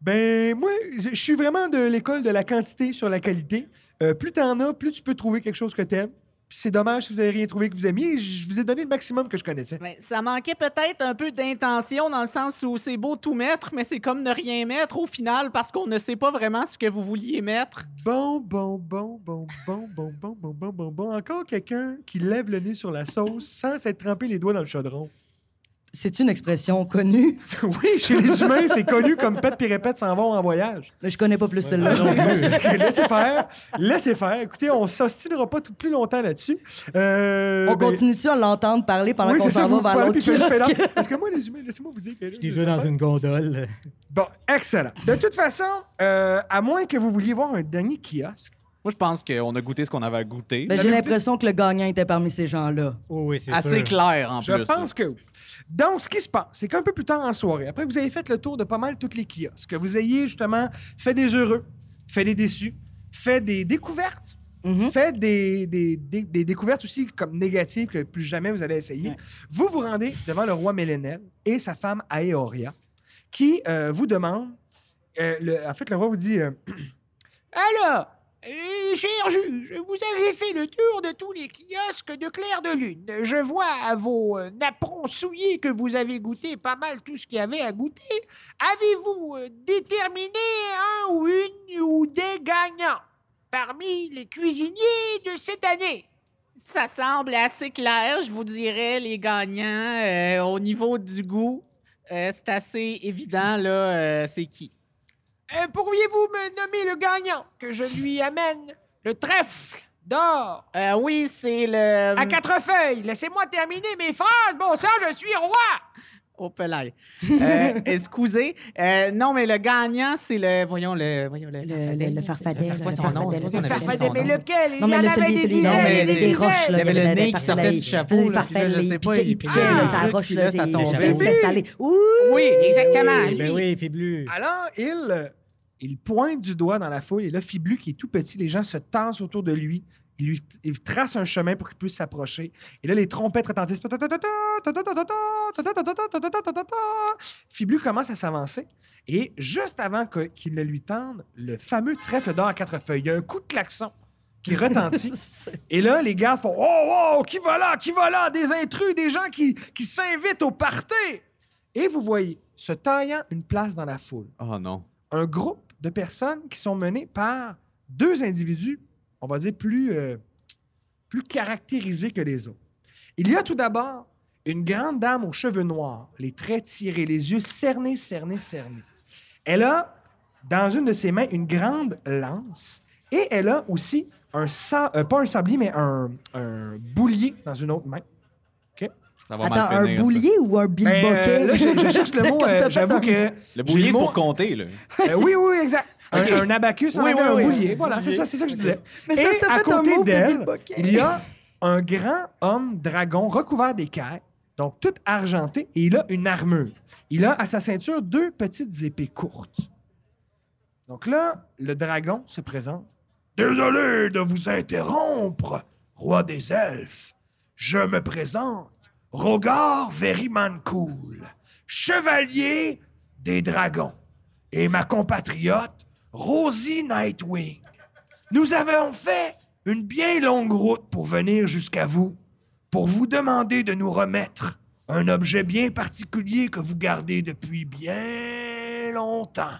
Speaker 1: Ben, moi, je suis vraiment de l'école de la quantité sur la qualité. Euh, plus t'en as, plus tu peux trouver quelque chose que t'aimes. Puis c'est dommage si vous avez rien trouvé que vous aimiez. Je vous ai donné le maximum que je connaissais.
Speaker 5: Ben, ça manquait peut-être un peu d'intention dans le sens où c'est beau tout mettre, mais c'est comme ne rien mettre au final parce qu'on ne sait pas vraiment ce que vous vouliez mettre.
Speaker 1: Bon, bon, bon, bon, bon, bon, bon, bon, bon, bon, bon. Encore quelqu'un qui lève le nez sur la sauce sans s'être trempé les doigts dans le chaudron.
Speaker 2: C'est une expression connue,
Speaker 1: oui, chez les humains, c'est connu comme pète puis répète s'en vont en voyage.
Speaker 2: mais je connais pas plus celle-là.
Speaker 1: laissez faire. Laissez faire. Écoutez, on s'ostinera pas tout plus longtemps là-dessus. Euh,
Speaker 2: On
Speaker 1: ben-
Speaker 2: continue-tu à l'entendre parler pendant
Speaker 1: Oui,
Speaker 2: qu'on
Speaker 1: c'est ça,
Speaker 2: s'en
Speaker 1: vous
Speaker 2: va vers
Speaker 1: parlez, puis
Speaker 2: l'autre
Speaker 1: je fais- je fais
Speaker 2: kiosque?
Speaker 1: là. Parce que moi, les humains, laissez-moi vous dire que... là,
Speaker 3: Je déjà dans une gondole.
Speaker 1: Bon, excellent. De toute façon, euh, à moins que vous vouliez voir un dernier kiosque,
Speaker 4: Moi, je pense qu'on a goûté ce qu'on avait à goûter.
Speaker 2: Ben,
Speaker 1: Vous
Speaker 2: j'ai
Speaker 1: avez
Speaker 2: l'impression que le gagnant était parmi ces gens-là.
Speaker 3: Oh, oui, c'est
Speaker 4: Assez
Speaker 3: sûr.
Speaker 4: clair, en
Speaker 1: je
Speaker 4: plus.
Speaker 1: pense que oui. Donc, ce qui se passe, c'est qu'un peu plus tard en soirée, après que vous avez fait le tour de pas mal toutes les kiosques, que vous ayez justement fait des heureux, fait des déçus, fait des découvertes,
Speaker 2: Mhm.
Speaker 1: fait des, des- des- des découvertes aussi comme négatives que plus jamais vous allez essayer. Vous vous rendez devant le roi Mélénel et sa femme Aeoria, qui euh, vous demande. euh, le- en fait, le roi vous dit euh, Alors, euh, cher juge, vous avez fait le tour de tous les kiosques de clair de lune. Je vois à vos euh, napperons souillés que vous avez goûté pas mal tout ce qu'il y avait à goûter. Avez-vous euh, déterminé un ou une ou des gagnants parmi les cuisiniers de cette année?
Speaker 5: Ça semble assez clair, je vous dirais, les gagnants. Euh, au niveau du goût, euh, c'est assez évident, là, euh, c'est qui.
Speaker 1: Euh, Pourriez-vous me nommer le gagnant que je lui amène le trèfle D'or!
Speaker 5: Euh, oui, c'est le.
Speaker 1: À quatre feuilles! Laissez-moi terminer mes phrases! Bon sang, je suis roi!
Speaker 5: Oh, pelaille. Euh, excusez. Euh, non, mais le gagnant, c'est le. Voyons, le. Voyons, le.
Speaker 2: Le, le, le farfadet.
Speaker 5: C'est quoi
Speaker 2: le
Speaker 5: son nom?
Speaker 2: farfadet.
Speaker 5: C'est quoi qu'on
Speaker 1: Le
Speaker 5: appelle
Speaker 2: farfadet.
Speaker 5: son
Speaker 1: farfadet, mais
Speaker 5: nom?
Speaker 1: lequel? Il
Speaker 2: Non,
Speaker 1: y
Speaker 2: mais
Speaker 1: en
Speaker 2: là,
Speaker 1: avait
Speaker 2: celui,
Speaker 1: des
Speaker 2: celui,
Speaker 5: non,
Speaker 1: dizaines
Speaker 5: mais
Speaker 1: et
Speaker 2: des,
Speaker 1: des
Speaker 2: des roches,
Speaker 1: dizaines!
Speaker 2: là.
Speaker 5: Il y avait le
Speaker 2: des-
Speaker 5: nez qui
Speaker 2: des
Speaker 5: sortait
Speaker 2: farfelles.
Speaker 5: du chapeau, là,
Speaker 2: Des
Speaker 5: puis là,
Speaker 2: farfelles,
Speaker 5: je sais
Speaker 2: il
Speaker 5: pas,
Speaker 2: pitchait-
Speaker 5: il-
Speaker 2: il pitchait,
Speaker 5: Ah!
Speaker 2: là, sa
Speaker 5: Le truc,
Speaker 2: roche,
Speaker 5: puis
Speaker 2: là,
Speaker 5: là, ça
Speaker 2: des-
Speaker 5: tombait.
Speaker 2: des- c'était salé. Ouh!
Speaker 1: Oui, exactement!
Speaker 3: Ben oui, Fiblu.
Speaker 1: Ah.
Speaker 7: Alors, il, euh, il pointe du doigt dans la foule et là, Fiblu, qui est tout petit, les gens se tassent autour de lui. Il lui il trace un chemin pour qu'il puisse s'approcher. Et là, les trompettes retentissent. Fiblu commence à s'avancer. Et juste avant que- qu'il ne lui tende, le fameux trèfle d'or à quatre feuilles, il y a un coup de klaxon qui retentit. et là, les gars font Oh, oh, qui va là, qui va là Des intrus, des gens qui, qui s'invitent au party. Et vous voyez, se taillant une place dans la foule,
Speaker 4: Oh non.
Speaker 7: un groupe de personnes qui sont menées par deux individus, on va dire, plus, euh, plus caractérisés que les autres. Il y a tout d'abord une grande dame aux cheveux noirs, les traits tirés, les yeux cernés, cernés, cernés. Elle a dans une de ses mains une grande lance et elle a aussi un sa- euh, pas un sablier, mais un, un boulier dans une autre main.
Speaker 4: Ça va
Speaker 2: Attends,
Speaker 4: mal
Speaker 2: un
Speaker 4: finir, ça.
Speaker 2: boulier ou un
Speaker 7: Ben,
Speaker 2: bilboquet?
Speaker 7: euh, là, je, je cherche le mot, euh, j'avoue que...
Speaker 4: Le
Speaker 7: j'ai
Speaker 4: boulier,
Speaker 7: le
Speaker 4: c'est
Speaker 7: mot-
Speaker 4: pour compter, là.
Speaker 7: Euh, oui, oui, exact. Un, un abacus, en
Speaker 5: Oui,
Speaker 7: avait
Speaker 5: oui,
Speaker 7: un
Speaker 5: oui.
Speaker 7: boulier. Voilà, c'est ça, c'est ça que je disais.
Speaker 2: Mais ça,
Speaker 7: Et
Speaker 2: t'as
Speaker 7: à
Speaker 2: fait un
Speaker 7: côté
Speaker 2: move de
Speaker 7: d'elle,
Speaker 2: bilboquet.
Speaker 7: il y a un grand homme dragon recouvert d'écailles, donc tout argenté, et il a une armure. Il a à sa ceinture deux petites épées courtes. Donc là, le dragon se présente.
Speaker 1: Désolé de vous interrompre, roi des elfes. Je me présente, Rogar Verimancool, chevalier des dragons, et ma compatriote, Rosie Nightwing. Nous avons fait une bien longue route pour venir jusqu'à vous, pour vous demander de nous remettre un objet bien particulier que vous gardez depuis bien longtemps.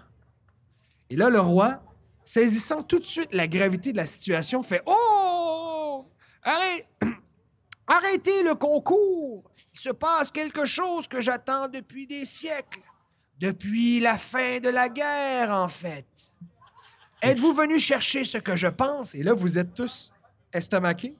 Speaker 7: Et là, le roi, saisissant tout de suite la gravité de la situation, fait Oh Arrête- Arrêtez le concours
Speaker 1: Il se passe quelque chose que j'attends depuis des siècles. Depuis la fin de la guerre, en fait.
Speaker 7: Êtes-vous venu chercher ce que je pense Et là, vous êtes tous estomaqués.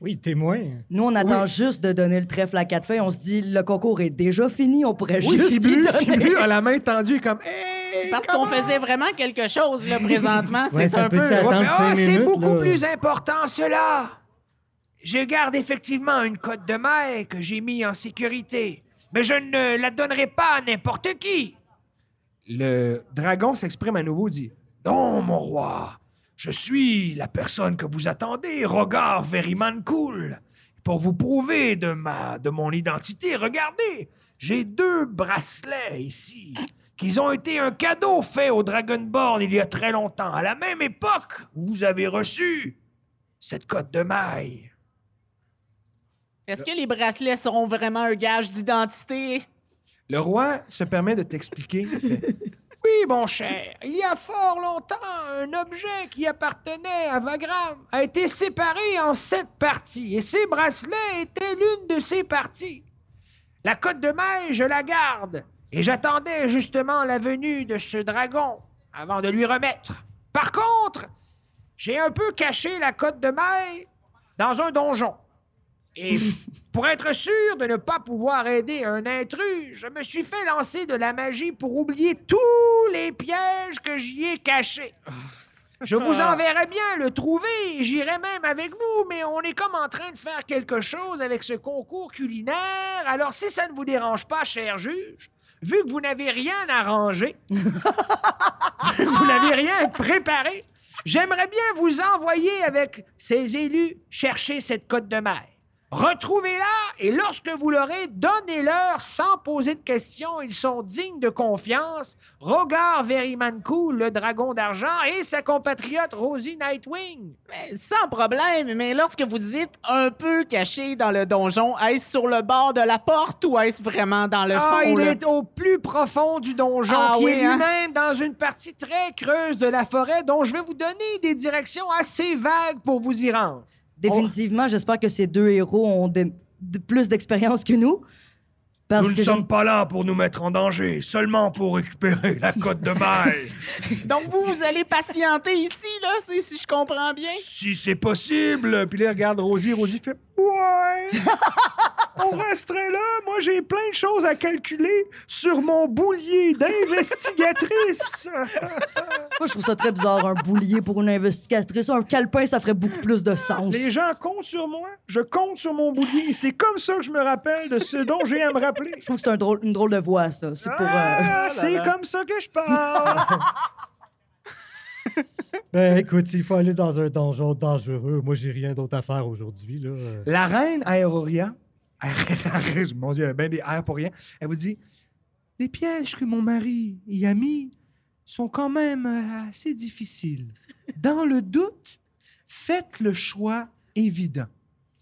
Speaker 3: Oui, témoin.
Speaker 2: Nous, on attend juste de donner le trèfle à quatre feuilles. On se dit, le concours est déjà fini, on pourrait juste y
Speaker 7: Fiblu,
Speaker 2: donner.
Speaker 7: Fiblu a la main tendue comme Hey
Speaker 5: Parce qu'on faisait vraiment quelque chose, là, présentement.
Speaker 3: Ouais,
Speaker 5: C'est
Speaker 3: ça
Speaker 5: un
Speaker 3: peut
Speaker 5: peu.
Speaker 3: dire- Attends
Speaker 1: Mais, ah,
Speaker 3: cinq
Speaker 1: c'est
Speaker 3: minutes,
Speaker 1: beaucoup
Speaker 3: là.
Speaker 1: plus important, cela. Je garde effectivement une cote de maille que j'ai mis en sécurité, mais je ne la donnerai pas à n'importe qui.
Speaker 7: Le dragon s'exprime à nouveau, dit
Speaker 1: Non, mon roi, je suis la personne que vous attendez, Rogar Verimancool. Pour vous prouver de, ma, de mon identité, regardez, j'ai deux bracelets ici, qu'ils ont été un cadeau fait au Dragonborn il y a très longtemps, à la même époque où vous avez reçu cette cote de maille.
Speaker 5: Est-ce que les bracelets seront vraiment un gage d'identité?
Speaker 7: Le roi se permet de t'expliquer. Il fait,
Speaker 1: Oui, mon cher, il y a fort longtemps, un objet qui appartenait à Vagram a été séparé en sept parties, et ces bracelets étaient l'une de ces parties. La côte de maille, je la garde, et j'attendais justement la venue de ce dragon avant de lui remettre. Par contre, j'ai un peu caché la côte de maille dans un donjon. Et pour être sûr de ne pas pouvoir aider un intrus, je me suis fait lancer de la magie pour oublier tous les pièges que j'y ai cachés. Je vous enverrai bien le trouver et j'irai même avec vous, mais on est comme en train de faire quelque chose avec ce concours culinaire. Alors si ça ne vous dérange pas, cher juge, vu que vous n'avez rien à ranger, vu que vous n'avez rien préparé, j'aimerais bien vous envoyer avec ces élus chercher cette côte de mer. Retrouvez-la et lorsque vous l'aurez, donnez-leur sans poser de questions. Ils sont dignes de confiance. Rogar Verimancool, le dragon d'argent, et sa compatriote Rosie Nightwing.
Speaker 5: Mais Ben, sans problème, mais lorsque vous dites un peu caché dans le donjon, est-ce sur le bord de la porte ou est-ce vraiment dans le
Speaker 7: Ah,
Speaker 5: fond?
Speaker 7: il
Speaker 5: là?
Speaker 7: est au plus profond du donjon,
Speaker 5: Ah
Speaker 7: qui
Speaker 5: oui,
Speaker 7: est
Speaker 5: hein?
Speaker 7: lui-même dans une partie très creuse de la forêt, dont je vais vous donner des directions assez vagues pour vous y rendre.
Speaker 2: Définitivement, j'espère que ces deux héros ont de- de- plus d'expérience que nous. Parce
Speaker 1: nous
Speaker 2: que
Speaker 1: ne
Speaker 2: je-
Speaker 1: sommes pas là pour nous mettre en danger, seulement pour récupérer la côte de maille.
Speaker 5: Donc vous, vous allez patienter ici, là, c'est- si je comprends bien.
Speaker 1: Si c'est possible. Puis là, il regarde Rosie. Rosie fait Ouais. On resterait là. Moi, j'ai plein de choses à calculer sur mon boulier d'investigatrice.
Speaker 2: Moi, je trouve ça très bizarre, un boulier pour une investigatrice. Un calepin, ça ferait beaucoup plus de sens.
Speaker 1: Les gens comptent sur moi. Je compte sur mon boulier. C'est comme ça que je me rappelle de ce dont j'ai à me rappeler.
Speaker 2: Je trouve que c'est un drôle, une drôle de voix, ça. C'est pour. euh,
Speaker 1: Ah, c'est comme ça que je parle.
Speaker 3: Ben écoute, s'il faut aller dans un donjon dangereux, moi j'ai rien d'autre à faire aujourd'hui. Là. Euh,
Speaker 1: La reine Aéroria, mon Dieu, elle a bien des airs pour rien, elle vous dit Les pièges que mon mari y a mis sont quand même euh, assez difficiles. Dans le doute, faites le choix évident.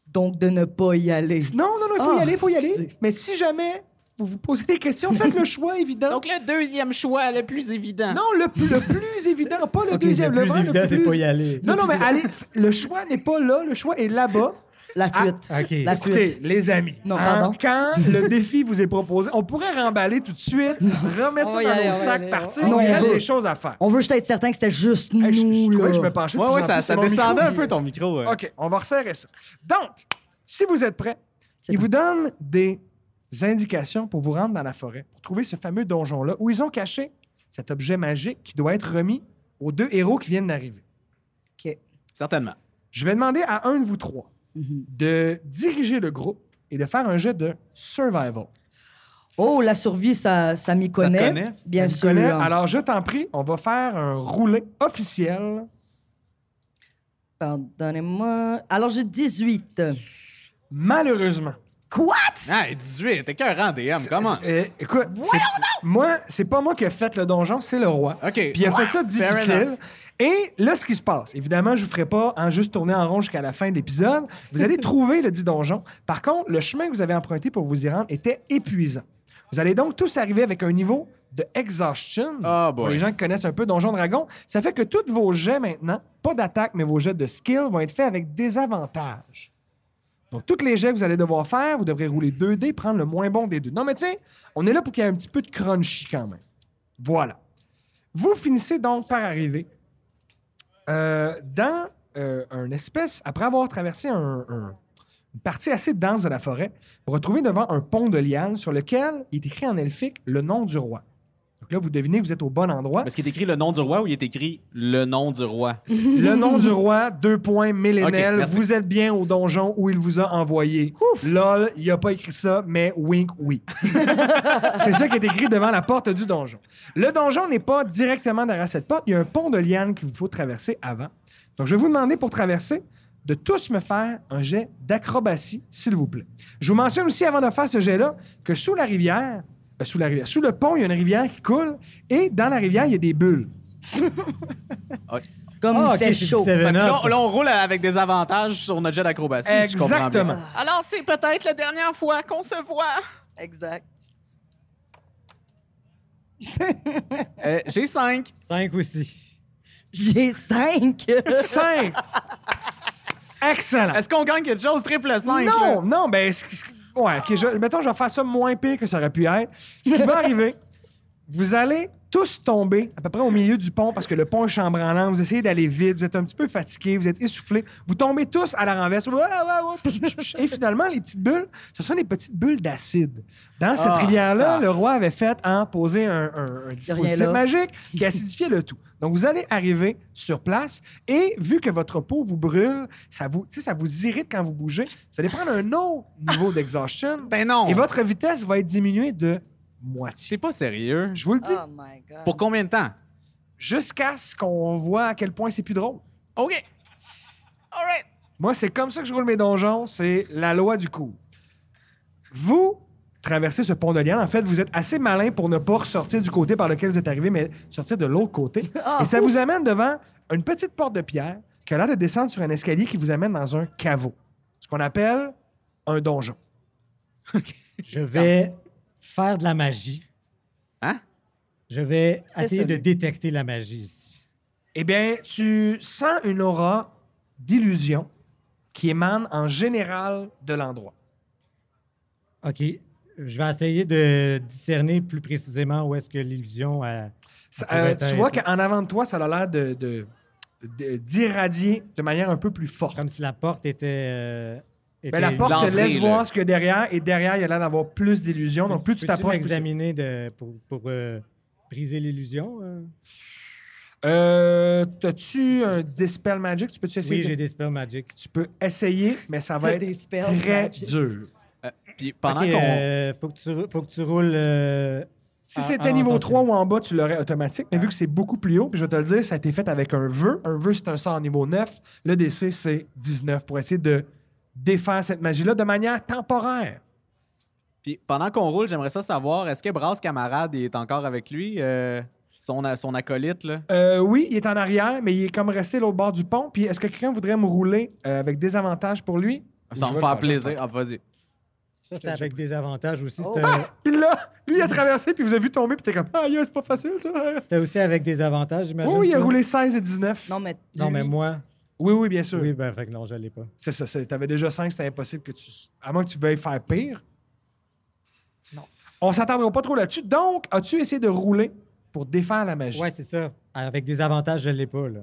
Speaker 2: Donc, de ne pas y aller.
Speaker 1: Non, non, non, il faut y
Speaker 2: Ah,
Speaker 1: aller, il faut y aller.
Speaker 2: excusez.
Speaker 1: Mais si jamais vous vous posez des questions, faites le choix évident.
Speaker 5: Donc, le deuxième choix le plus évident.
Speaker 1: non, le, plus- le plus évident, pas le
Speaker 3: ok,
Speaker 1: deuxième.
Speaker 3: le plus
Speaker 1: vraiment
Speaker 3: évident, c'est pas y aller.
Speaker 1: Non, non, mais allez, f- le choix n'est pas là, le choix est là-bas.
Speaker 2: La
Speaker 1: Ah!
Speaker 2: fuite.
Speaker 3: OK.
Speaker 2: La
Speaker 1: Écoutez,
Speaker 2: fuite.
Speaker 1: les amis,
Speaker 2: Non,
Speaker 1: hein,
Speaker 2: pardon.
Speaker 1: quand le défi vous est proposé, on pourrait remballer tout de suite, remettre
Speaker 2: On va
Speaker 1: ça
Speaker 2: y
Speaker 1: dans
Speaker 2: aller, on
Speaker 1: nos
Speaker 2: va y
Speaker 1: sacs,
Speaker 2: aller,
Speaker 1: partir.
Speaker 2: on va
Speaker 1: il
Speaker 2: y
Speaker 1: reste
Speaker 2: aller.
Speaker 1: des choses à faire.
Speaker 2: On veut juste être certain que c'était juste nous.
Speaker 1: Hey, je, je trouvais
Speaker 2: là.
Speaker 1: que je me penchais de
Speaker 4: Ouais,
Speaker 1: plus
Speaker 4: ouais,
Speaker 1: en
Speaker 4: ça,
Speaker 1: plus
Speaker 4: ça
Speaker 1: sur mon
Speaker 4: descendait
Speaker 1: micro.
Speaker 4: un peu ton micro. euh.
Speaker 1: OK, on va resserrer ça. Donc, si vous êtes prêts,
Speaker 2: C'est
Speaker 1: ils vous donnent des indications pour vous rendre dans la forêt, pour trouver ce fameux donjon-là, où ils ont caché cet objet magique qui doit être remis aux deux héros qui viennent d'arriver.
Speaker 2: OK.
Speaker 4: Certainement.
Speaker 1: Je vais demander à un de vous trois
Speaker 2: Mhm.
Speaker 1: de diriger le groupe et de faire un jet de survival.
Speaker 2: Oh, la survie, ça, ça m'y connaît.
Speaker 4: connaît?
Speaker 2: Bien
Speaker 1: Tu
Speaker 2: sûr.
Speaker 1: connais? Alors, je t'en prie, on va faire un roulé officiel.
Speaker 2: Pardonnez-moi. Alors, j'ai 18.
Speaker 1: Malheureusement.
Speaker 2: Quoi?
Speaker 4: Ah, et 18, t'es qu'un rang DM, comment?
Speaker 1: Euh, écoute, c'est- moi, c'est pas moi qui ai fait le donjon, c'est le roi.
Speaker 4: OK.
Speaker 1: Puis il a fait ça difficile. Et là, ce qui se passe, évidemment, je vous ferai pas en juste tourner en rond jusqu'à la fin de l'épisode. Vous allez trouver le dit donjon. Par contre, le chemin que vous avez emprunté pour vous y rendre était épuisant. Vous allez donc tous arriver avec un niveau de exhaustion.
Speaker 4: Ah, boy.
Speaker 1: pour les gens qui connaissent un peu Donjon Dragon, ça fait que tous vos jets maintenant, pas d'attaque, mais vos jets de skill vont être faits avec des avantages. Donc, tous les jets que vous allez devoir faire, vous devrez rouler 2 dés, prendre le moins bon des deux. Non, mais tiens, on est là pour qu'il y ait un petit peu de crunchy quand même. Voilà. Vous finissez donc par arriver euh, dans euh, un espèce, après avoir traversé un- un- une partie assez dense de la forêt, vous retrouvez devant un pont de liane sur lequel il est écrit en elfique le nom du roi. Donc là, vous devinez que vous êtes au bon endroit.
Speaker 4: Est-ce qu'il est écrit le nom du roi ou il est écrit le nom du roi?
Speaker 1: Le nom du roi, deux points,
Speaker 4: Ok,
Speaker 1: millénel.
Speaker 4: merci.
Speaker 1: vous êtes bien au donjon où il vous a envoyé. Lol, il a pas écrit ça, mais wink, oui. C'est ça qui est écrit devant la porte du donjon. Le donjon n'est pas directement derrière cette porte. Il y a un pont de liane qu'il vous faut traverser avant. Donc, je vais vous demander pour traverser de tous me faire un jet d'acrobatie, s'il vous plaît. Je vous mentionne aussi, avant de faire ce jet-là, que sous la rivière, euh, sous la rivière, sous le pont, il y a une rivière qui coule et dans la rivière, il y a des bulles.
Speaker 2: Comme
Speaker 3: Ah,
Speaker 2: il
Speaker 3: ok,
Speaker 2: fait
Speaker 3: c'est
Speaker 2: chaud.
Speaker 3: du
Speaker 4: Fait que
Speaker 3: 7
Speaker 4: là,
Speaker 3: up.
Speaker 4: on- là, on roule avec des avantages sur notre jet d'acrobatie, si je comprends bien.
Speaker 1: Exactement.
Speaker 5: Alors, c'est peut-être la dernière fois qu'on se voit.
Speaker 2: Exact.
Speaker 4: Euh, J'ai 5.
Speaker 3: Cinq aussi.
Speaker 2: J'ai 5.
Speaker 1: Oh 5. Excellent.
Speaker 4: Est-ce qu'on gagne quelque chose? Triple 5.
Speaker 1: Non, non, ben, ce qui- ce qui- ouais, ok, je, mettons, je vais faire ça moins pire que ça aurait pu être. Ce qui va arriver, vous allez tous tomber à peu près au milieu du pont parce que le pont est chambranlant. Vous essayez d'aller vite, vous êtes un petit peu fatigué, vous êtes essoufflé. Vous tombez tous à la renverse. Ouah, ouah, ouah, pch, pch, pch. Et finalement, les petites bulles, ce sont des petites bulles d'acide. Dans cette
Speaker 4: Ah,
Speaker 1: rivière-là,
Speaker 4: ah.
Speaker 1: le roi avait fait en poser un, un- un dispositif
Speaker 2: là.
Speaker 1: magique qui acidifiait le tout. Donc, vous allez arriver sur place et vu que votre peau vous brûle, ça vous, tu sais, ça vous irrite quand vous bougez, vous allez prendre un autre niveau d'exhaustion
Speaker 4: Ben non.
Speaker 1: et votre vitesse va être diminuée de moitié.
Speaker 4: C'est Ah. pas sérieux.
Speaker 1: Je vous le dis,
Speaker 2: Oh my God.
Speaker 4: Pour combien de temps?
Speaker 1: jusqu'à ce qu'on voit à quel point c'est plus drôle.
Speaker 5: OK. All right.
Speaker 1: Moi, c'est comme ça que je roule mes donjons, c'est la loi du coup. Vous traversez ce pont de liane. En fait, vous êtes assez malin pour ne pas ressortir du côté par lequel vous êtes arrivé, mais sortir de l'autre côté.
Speaker 2: Ah,
Speaker 1: Et ça vous amène devant une petite porte de pierre qui a l'air de descendre sur un escalier qui vous amène dans un caveau. Ce qu'on appelle un donjon.
Speaker 3: Je vais faire de la magie.
Speaker 4: Hein?
Speaker 3: Je vais essayer de
Speaker 2: celui.
Speaker 3: détecter la magie ici.
Speaker 1: Eh bien, tu sens une aura d'illusion qui émane en général de l'endroit.
Speaker 3: OK. Je vais essayer de discerner plus précisément où est-ce que l'illusion a...
Speaker 1: Ça,
Speaker 3: Ça pourrait
Speaker 1: euh,
Speaker 3: être
Speaker 1: tu
Speaker 3: un-
Speaker 1: vois qu'en avant de toi, ça a l'air de, de- de- d'irradier de manière un peu plus forte.
Speaker 3: Comme si la porte était. euh,
Speaker 1: Ben,
Speaker 3: était-
Speaker 1: la porte
Speaker 4: l'entrée,
Speaker 1: te laisse
Speaker 4: là.
Speaker 1: voir ce qu'il y a derrière, et derrière, il y a l'air d'avoir plus d'illusions. Donc, plus tu
Speaker 3: Peux-tu
Speaker 1: t'approches, plus c'est-
Speaker 3: m'examiner de, pour, pour euh, briser l'illusion. euh?
Speaker 1: Euh, T'as-tu un Dispel Magic? Tu peux-tu essayer?
Speaker 3: Oui,
Speaker 1: de-
Speaker 3: j'ai des spells magic.
Speaker 1: Tu peux essayer, mais ça va
Speaker 2: T'as
Speaker 1: être
Speaker 2: des spells
Speaker 1: très
Speaker 2: magic.
Speaker 1: dur.
Speaker 4: Puis pendant
Speaker 3: Ok,
Speaker 4: qu'on.
Speaker 3: euh, faut, que tu, rou- faut que tu roules. euh,
Speaker 1: Si
Speaker 3: Ah,
Speaker 1: c'était
Speaker 3: ah,
Speaker 1: niveau
Speaker 3: attention.
Speaker 1: 3 ou en bas, tu l'aurais automatique, mais vu que c'est beaucoup plus haut, puis je vais te le dire, ça a été fait avec un vœu. Un vœu, c'est un sort niveau 9. Le DC, c'est 19 pour essayer de défaire cette magie-là de manière temporaire.
Speaker 4: Puis pendant qu'on roule, j'aimerais ça savoir, est-ce que Brass Camarade il est encore avec lui, euh, son, a- son acolyte, là?
Speaker 1: Euh, oui, il est en arrière, mais il est comme resté l'autre bord du pont. Puis est-ce que quelqu'un voudrait me rouler euh, avec des avantages pour lui?
Speaker 4: Ça
Speaker 1: Je vais
Speaker 4: me fait
Speaker 1: le faire, je vais le
Speaker 4: plaisir. Ah, vas-y.
Speaker 3: ça, c'était avec des avantages aussi.
Speaker 2: Oh.
Speaker 3: C'était
Speaker 1: Il l'a! Lui, il a traversé, puis vous avez vu tomber, puis t'es comme, ah, yeah, c'est pas facile, ça.
Speaker 3: c'était aussi avec des avantages,
Speaker 1: Oui,
Speaker 3: j'imagine.
Speaker 1: oui, il a
Speaker 3: ça?
Speaker 1: roulé 16 et 19.
Speaker 2: Non, mais.
Speaker 3: Non, mais
Speaker 2: lui-
Speaker 3: moi.
Speaker 1: Oui, oui, bien sûr.
Speaker 3: Oui, ben, fait que non, je l'ai pas.
Speaker 1: C'est ça, c'est- t'avais déjà 5, c'était impossible que tu. À moins que tu veuilles faire pire.
Speaker 2: Non.
Speaker 1: On s'attendra pas trop là-dessus. Donc, as-tu essayé de rouler pour défaire la magie?
Speaker 3: Ouais, c'est ça. Avec des avantages, je l'ai pas, là.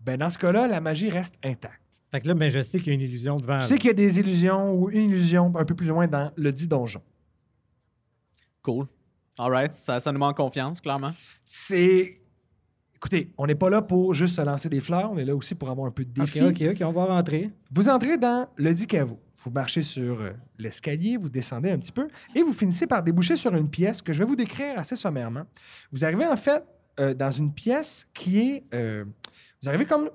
Speaker 1: Ben, dans ce cas-là, la magie reste intacte.
Speaker 3: Fait que là, ben, je sais qu'il y a une illusion devant.
Speaker 1: Tu
Speaker 3: là.
Speaker 1: sais qu'il y a des illusions ou une illusion un peu plus loin dans le dit donjon.
Speaker 4: Cool. All right. Ça, ça nous manque confiance, clairement.
Speaker 1: c'est. Écoutez, on n'est pas là pour juste se lancer des fleurs, on est là aussi pour avoir un peu de
Speaker 3: Ok,
Speaker 1: défi.
Speaker 3: ok, ok, on va rentrer.
Speaker 1: Vous entrez dans le dit caveau. Vous marchez sur euh, l'escalier, vous descendez un petit peu et vous finissez par déboucher sur une pièce que je vais vous décrire assez sommairement. Vous arrivez en fait euh, dans une pièce qui est. euh, vous arrivez comme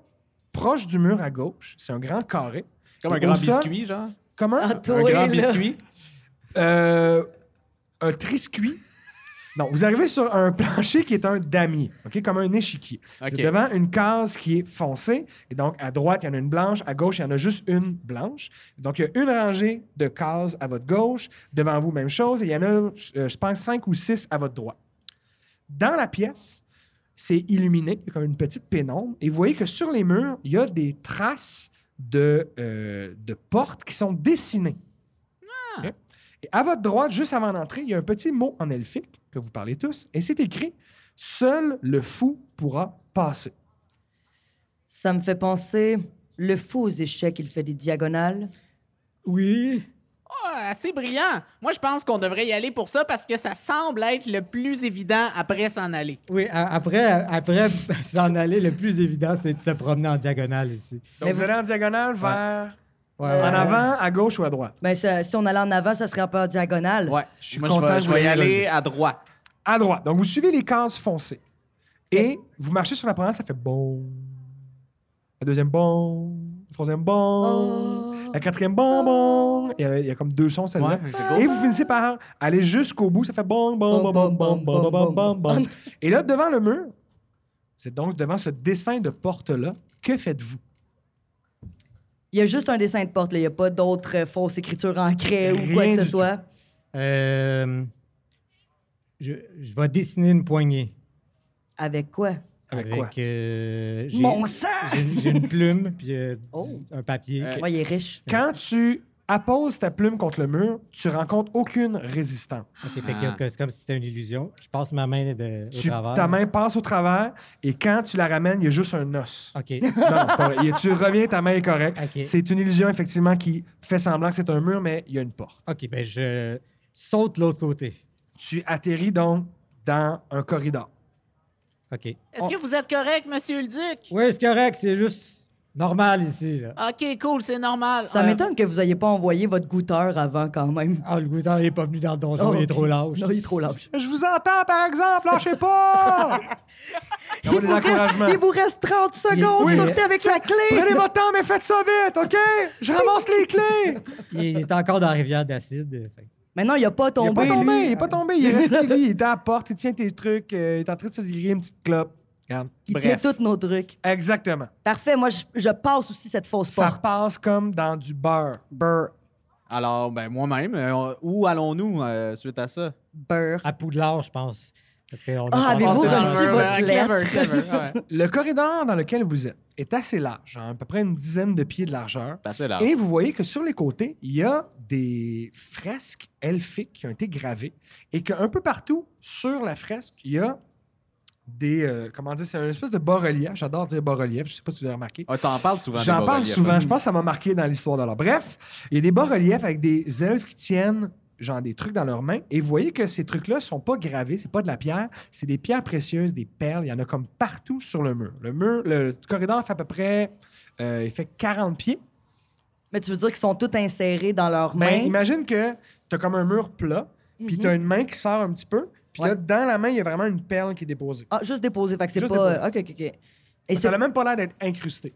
Speaker 1: proche du mur à gauche. C'est un grand carré.
Speaker 4: Comme un
Speaker 1: Et
Speaker 4: grand
Speaker 1: au sol-
Speaker 4: biscuit, genre.
Speaker 1: Comment?
Speaker 2: Ah,
Speaker 4: Un
Speaker 2: toi,
Speaker 4: grand
Speaker 2: là.
Speaker 4: biscuit.
Speaker 1: Euh, un triscuit. Non, vous arrivez sur un plancher qui est un damier, OK, comme un échiquier.
Speaker 4: OK.
Speaker 1: Vous êtes devant une case qui est foncée. Et donc, à droite, il y en a une blanche. À gauche, il y en a juste une blanche. Donc, il y a une rangée de cases à votre gauche. Devant vous, même chose. Et il y en a, euh, je pense, cinq ou six à votre droite. Dans la pièce, c'est illuminé, il y a comme une petite pénombre. Et vous voyez que sur les murs, il y a des traces de, euh, de portes qui sont dessinées. OK? Et à votre droite, juste avant d'entrer, il y a un petit mot en elfique que vous parlez tous. Et c'est écrit Seul le fou pourra passer.
Speaker 2: Ça me fait penser. Le fou aux échecs, il fait des diagonales.
Speaker 3: Oui.
Speaker 5: Ah, assez brillant. Moi, je pense qu'on devrait y aller pour ça parce que ça semble être le plus évident après s'en aller.
Speaker 3: Oui, a- après, après s'en aller, le plus évident, c'est de se promener en diagonale ici.
Speaker 1: Donc,
Speaker 2: Mais
Speaker 1: vous
Speaker 2: vous-
Speaker 1: allez en diagonale vers.
Speaker 3: Ouais,
Speaker 1: En
Speaker 3: ouais.
Speaker 1: avant, à gauche ou à droite?
Speaker 2: Ben, ça- si on allait en avant, ça serait un peu en diagonale.
Speaker 4: Ouais.
Speaker 1: suis
Speaker 4: Moi,
Speaker 1: content
Speaker 4: je vais,
Speaker 1: que
Speaker 4: je
Speaker 1: vous
Speaker 4: vais y
Speaker 1: l'ayez
Speaker 4: aller
Speaker 1: relevé.
Speaker 4: à droite.
Speaker 1: À droite. Donc, vous suivez les cases foncées. Et vous marchez sur la première, ça fait bon. La deuxième, bon. La troisième, bon. La quatrième, bon, bon. Il y a, il y a comme deux sons, celle-là.
Speaker 4: Ouais, c'est cool.
Speaker 1: Et vous finissez par aller jusqu'au bout, ça fait bon, bon, bon, bon, bon, bon, bon, bon, bon. Et là, devant le mur, c'est donc devant ce dessin de porte-là, que faites-vous?
Speaker 2: Il y a juste un dessin de porte, là. Il n'y a pas d'autres euh, fausses écritures ancrées ou
Speaker 1: Rien
Speaker 2: quoi que
Speaker 1: du
Speaker 2: ce
Speaker 1: tout.
Speaker 2: soit.
Speaker 3: Euh, je, je vais dessiner une poignée.
Speaker 2: Avec quoi?
Speaker 1: Avec quoi?
Speaker 3: euh, j'ai-
Speaker 2: Mon sang!
Speaker 3: j'ai une- J'ai une plume, puis euh, du-
Speaker 2: Oh.
Speaker 3: un papier.
Speaker 4: Euh,
Speaker 2: Ouais, il est riche.
Speaker 1: Quand tu apposes ta plume contre le mur, tu rencontres aucune résistance.
Speaker 3: Ok, fait que-
Speaker 4: Ah.
Speaker 3: que c'est comme si c'était une illusion. Je passe ma main de, au
Speaker 1: Tu-
Speaker 3: travers.
Speaker 1: ta main passe au travers et quand tu la ramènes, il y a juste un os.
Speaker 3: OK.
Speaker 1: Non, c'est pas vrai. Il- tu reviens, ta main est correcte.
Speaker 3: Ah. Ok.
Speaker 1: C'est une illusion, effectivement, qui fait semblant que c'est un mur, mais il y a une porte.
Speaker 3: OK, ben je saute de l'autre côté.
Speaker 1: Tu atterris donc dans un corridor.
Speaker 3: OK.
Speaker 5: Est-ce que vous êtes correct, monsieur le duc?
Speaker 3: Oui, c'est correct, c'est juste normal ici. Là.
Speaker 5: OK, cool, c'est normal.
Speaker 2: Ça
Speaker 5: Euh,
Speaker 2: m'étonne que vous n'ayez pas envoyé votre goûteur avant, quand même.
Speaker 3: Ah, le goûteur n'est pas venu dans le donjon,
Speaker 2: Oh,
Speaker 3: il est
Speaker 2: ok.
Speaker 3: trop lâche.
Speaker 2: Non, il est trop lâche.
Speaker 1: Je vous entends, par exemple, lâchez pas! Il y a des encouragements.
Speaker 2: Il vous reste 30 secondes,
Speaker 3: Oui.
Speaker 2: sortez avec la
Speaker 1: Prenez
Speaker 2: clé!
Speaker 1: votre temps, mais faites ça vite, OK? Je ramasse les clés!
Speaker 3: Il est- il est encore dans la rivière d'acide. euh, fait que-
Speaker 2: Maintenant, il n'a pas
Speaker 1: Il est
Speaker 2: tombé.
Speaker 1: pas tombé,
Speaker 2: lui.
Speaker 1: il est pas tombé. Il est resté, lui, il était à la porte, il tient tes trucs, euh, il est en train de se griller une petite clope. Regarde.
Speaker 2: Il
Speaker 4: Bref.
Speaker 2: tient tous nos trucs.
Speaker 1: Exactement.
Speaker 2: Parfait, moi, je, je passe aussi cette fausse
Speaker 1: Ça
Speaker 2: porte.
Speaker 1: passe comme dans du beurre.
Speaker 2: Beurre.
Speaker 4: Alors, ben moi-même, euh, où allons-nous euh, suite à ça?
Speaker 2: Beurre.
Speaker 1: Ah.
Speaker 3: À Poudlard, je pense. Parce qu'on a
Speaker 2: Ah,
Speaker 3: pas-
Speaker 2: avez-vous
Speaker 4: c'est dans le
Speaker 2: reçu
Speaker 4: mur,
Speaker 2: votre
Speaker 4: ouais,
Speaker 2: lettre?
Speaker 4: clever, clever,
Speaker 5: Ah,
Speaker 4: ouais.
Speaker 1: Le corridor dans lequel vous êtes est assez large, hein, à peu près une dizaine de pieds de largeur.
Speaker 4: Ben,
Speaker 2: Ah.
Speaker 4: c'est là.
Speaker 1: Et vous voyez que sur les côtés, il y a des fresques elfiques qui ont été gravées et qu'un peu partout sur la fresque, il y a des. euh, comment dire C'est une espèce de bas-relief. J'adore dire bas-relief. Je sais pas si vous avez remarqué.
Speaker 4: Ah, T'en parles souvent. des
Speaker 1: J'en parle
Speaker 4: bas-reliefs,
Speaker 1: souvent.
Speaker 4: hein.
Speaker 1: Je pense que ça m'a marqué dans l'histoire de l'art. Bref, il y a des bas-reliefs avec des elfes qui tiennent genre des trucs dans leurs mains. Et vous voyez que ces trucs-là sont pas gravés, c'est pas de la pierre, c'est des pierres précieuses, des perles. Il y en a comme partout sur le mur. Le mur, le corridor fait à peu près, euh, il fait 40 pieds.
Speaker 2: Mais tu veux dire qu'ils sont tous insérés dans leurs
Speaker 1: Ben,
Speaker 2: mains?
Speaker 1: imagine que t'as comme un mur plat, puis t'as une main qui sort un petit peu, puis là,
Speaker 2: Ouais.
Speaker 1: dans la main, il y a vraiment une perle qui est déposée.
Speaker 2: Ah, juste déposé. Fait que c'est
Speaker 1: Juste
Speaker 2: pas. OK, OK, OK. Et c'est
Speaker 1: Ça n'a même pas l'air d'être incrusté.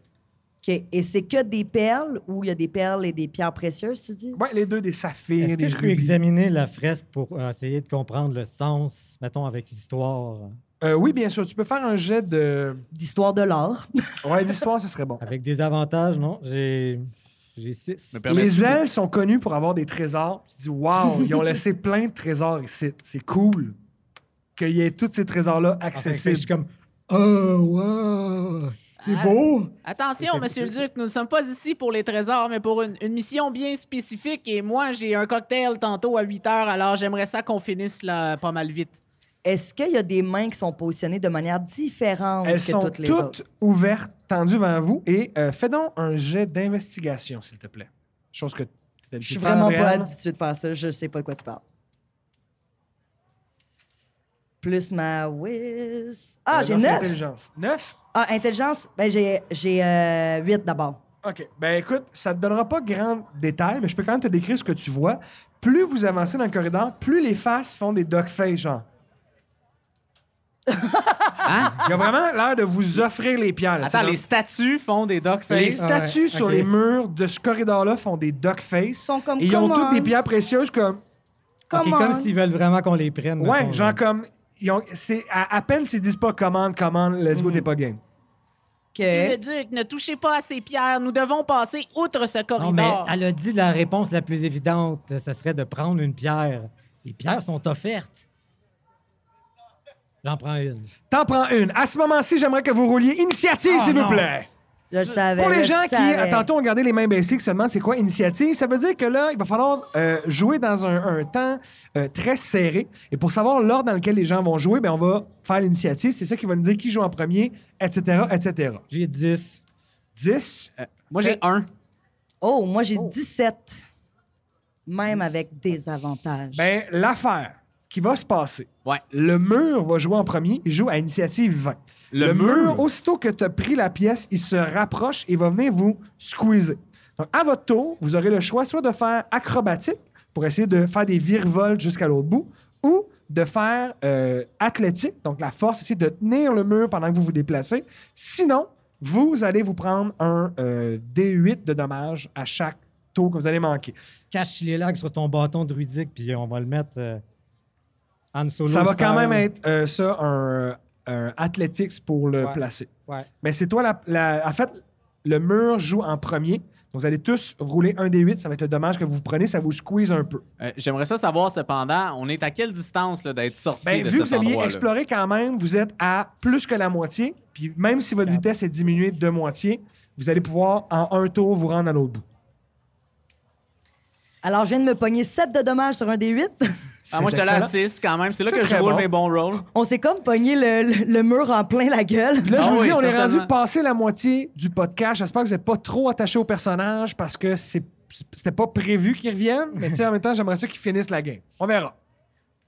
Speaker 2: OK. Et c'est que des perles ou il y a des perles et des pierres précieuses, tu dis?
Speaker 1: Ouais, les deux, des saphirs,
Speaker 3: Est-ce
Speaker 1: des
Speaker 3: que je peux
Speaker 1: rubis.
Speaker 3: examiner la fresque pour euh, essayer de comprendre le sens, mettons, avec l'histoire, euh,
Speaker 1: Euh, oui, bien sûr, tu peux faire un jet de...
Speaker 2: D'histoire de l'art.
Speaker 1: Ouais, d'histoire, ça serait bon.
Speaker 3: avec des avantages, non? J'ai j'ai six.
Speaker 4: Me permets-tu
Speaker 1: Les
Speaker 4: de-
Speaker 1: elfes sont connus pour avoir des trésors. Tu te dis, waouh, ils ont laissé plein de trésors ici. C'est cool qu'il y ait tous ces trésors-là
Speaker 3: Enfin, Je suis
Speaker 1: accessibles.
Speaker 3: comme, oh, wow, c'est
Speaker 5: Ah.
Speaker 2: Oh,
Speaker 3: beau!
Speaker 5: Attention, monsieur le duc, nous ne sommes pas ici pour les trésors, mais pour une, une mission bien spécifique. Et moi, j'ai un cocktail tantôt à 8 heures, alors j'aimerais ça qu'on finisse là pas mal vite.
Speaker 2: Est-ce qu'il y a des mains qui sont positionnées de manière différente
Speaker 1: Elles
Speaker 2: que
Speaker 1: sont
Speaker 2: toutes les autres?
Speaker 1: toutes ouvertes, tendues vers vous. Et euh, fais donc un jet d'investigation, s'il te plaît. Chose que tu es
Speaker 2: Je suis vraiment pas
Speaker 1: Réal.
Speaker 2: habituée de faire ça. Je sais pas de quoi tu parles. Plus ma whiz. Ah,
Speaker 1: Euh,
Speaker 2: j'ai
Speaker 1: dans cette
Speaker 2: 9.
Speaker 1: intelligence. Neuf?
Speaker 2: Ah, intelligence, ben j'ai, j'ai 8 d'abord.
Speaker 1: OK. Ben écoute, ça te donnera pas grand détail, mais je peux quand même te décrire ce que tu vois. Plus vous avancez dans le corridor, plus les faces font des dog face, genre. Il y a vraiment l'air de vous offrir les pierres. là. C'est
Speaker 4: Attends,
Speaker 1: comme-
Speaker 4: les statues font des dog
Speaker 1: les
Speaker 4: face.
Speaker 1: statues
Speaker 3: ouais,
Speaker 1: sur
Speaker 3: ok.
Speaker 1: les murs de ce corridor-là font des duck face.
Speaker 2: sont comme
Speaker 1: Et ils ont
Speaker 2: come
Speaker 1: toutes des
Speaker 2: on,
Speaker 1: pierres précieuses comme.
Speaker 3: Ok,
Speaker 2: come on.
Speaker 3: comme s'ils veulent vraiment qu'on les prenne.
Speaker 1: Ouais,
Speaker 3: mettons, là.
Speaker 1: genre comme. Ils ont, c'est, à, à peine s'ils disent pas commande, commande, let's go, t'es pas game.
Speaker 5: Monsieur le
Speaker 2: Que-
Speaker 5: duc, ne touchez pas à ces pierres. Nous devons passer outre ce
Speaker 3: Non, mais
Speaker 5: corridor.
Speaker 3: elle a dit la réponse la plus évidente, ce serait de prendre une pierre. Les pierres sont offertes. J'en prends une.
Speaker 1: T'en prends une. À ce moment-ci, j'aimerais que vous rouliez initiative, s'il vous plaît.
Speaker 2: Je le savais.
Speaker 1: Pour
Speaker 2: je
Speaker 1: les
Speaker 2: le
Speaker 1: gens qui, ah, euh,
Speaker 2: savais.
Speaker 1: tantôt, ont gardé les mains baissées, qui se demandent c'est quoi initiative, ça veut dire que là, il va falloir euh, jouer dans un, un temps euh, très serré. Et pour savoir l'ordre dans lequel les gens vont jouer, ben, on va faire l'initiative. C'est ça qui va nous dire qui joue en premier, etc., etc.
Speaker 3: J'ai 10.
Speaker 1: 10.
Speaker 4: Euh, Moi, j'ai un.
Speaker 2: Oh, moi j'ai 17. Même avec des avantages.
Speaker 1: Ben, l'affaire qui va se passer.
Speaker 4: Ouais.
Speaker 1: Le mur va jouer en premier. Il joue à initiative 20.
Speaker 4: Le mur.
Speaker 1: aussitôt que tu as pris la pièce, il se rapproche et va venir vous squeezer. Donc, à votre tour, vous aurez le choix soit de faire acrobatique pour essayer de faire des virevoltes jusqu'à l'autre bout ou de faire euh, athlétique, donc la force, essayer de tenir le mur pendant que vous vous déplacez. Sinon, vous allez vous prendre un euh, D8 de dommages à chaque tour que vous allez manquer.
Speaker 3: Cache les lacs sur ton bâton druidique, puis on va le mettre euh, Han Solo
Speaker 1: Ça va
Speaker 3: style.
Speaker 1: quand même être euh, ça, un, un athletics pour le
Speaker 3: Ouais.
Speaker 1: placer.
Speaker 3: Ouais.
Speaker 1: Mais c'est toi, la, la- en fait, le mur joue en premier. Donc, vous allez tous rouler un des 8. Ça va être le dommage que vous prenez. Ça vous squeeze un peu.
Speaker 4: Euh, J'aimerais ça savoir, cependant, on est à quelle distance là, d'être sorti
Speaker 1: Ben,
Speaker 4: de
Speaker 1: vu que
Speaker 4: cet
Speaker 1: vous aviez
Speaker 4: endroit-là?
Speaker 1: exploré quand même, vous êtes à plus que la moitié. Puis même si votre vitesse est diminuée de moitié, vous allez pouvoir, en un tour, vous rendre à l'autre bout.
Speaker 2: Alors je viens de me pogner 7 de dommages sur un des 8.
Speaker 4: Ah, moi,
Speaker 1: C'est
Speaker 4: j'étais là à
Speaker 1: excellent.
Speaker 4: 6 quand même. C'est là
Speaker 1: C'est
Speaker 4: que je
Speaker 1: très
Speaker 4: roule
Speaker 1: bon.
Speaker 4: mes bons rolls.
Speaker 2: On s'est comme pogné le, le- le mur en plein la gueule.
Speaker 1: Puis là, je
Speaker 4: Ah
Speaker 1: vous
Speaker 4: oui,
Speaker 1: dis, on est
Speaker 4: certainement.
Speaker 1: rendu passé la moitié du podcast. J'espère que vous n'êtes pas trop attaché au personnage parce que c'est- c'était pas prévu qu'il revienne. Mais tu sais, en même temps, j'aimerais ça qu'il finisse la game. On verra.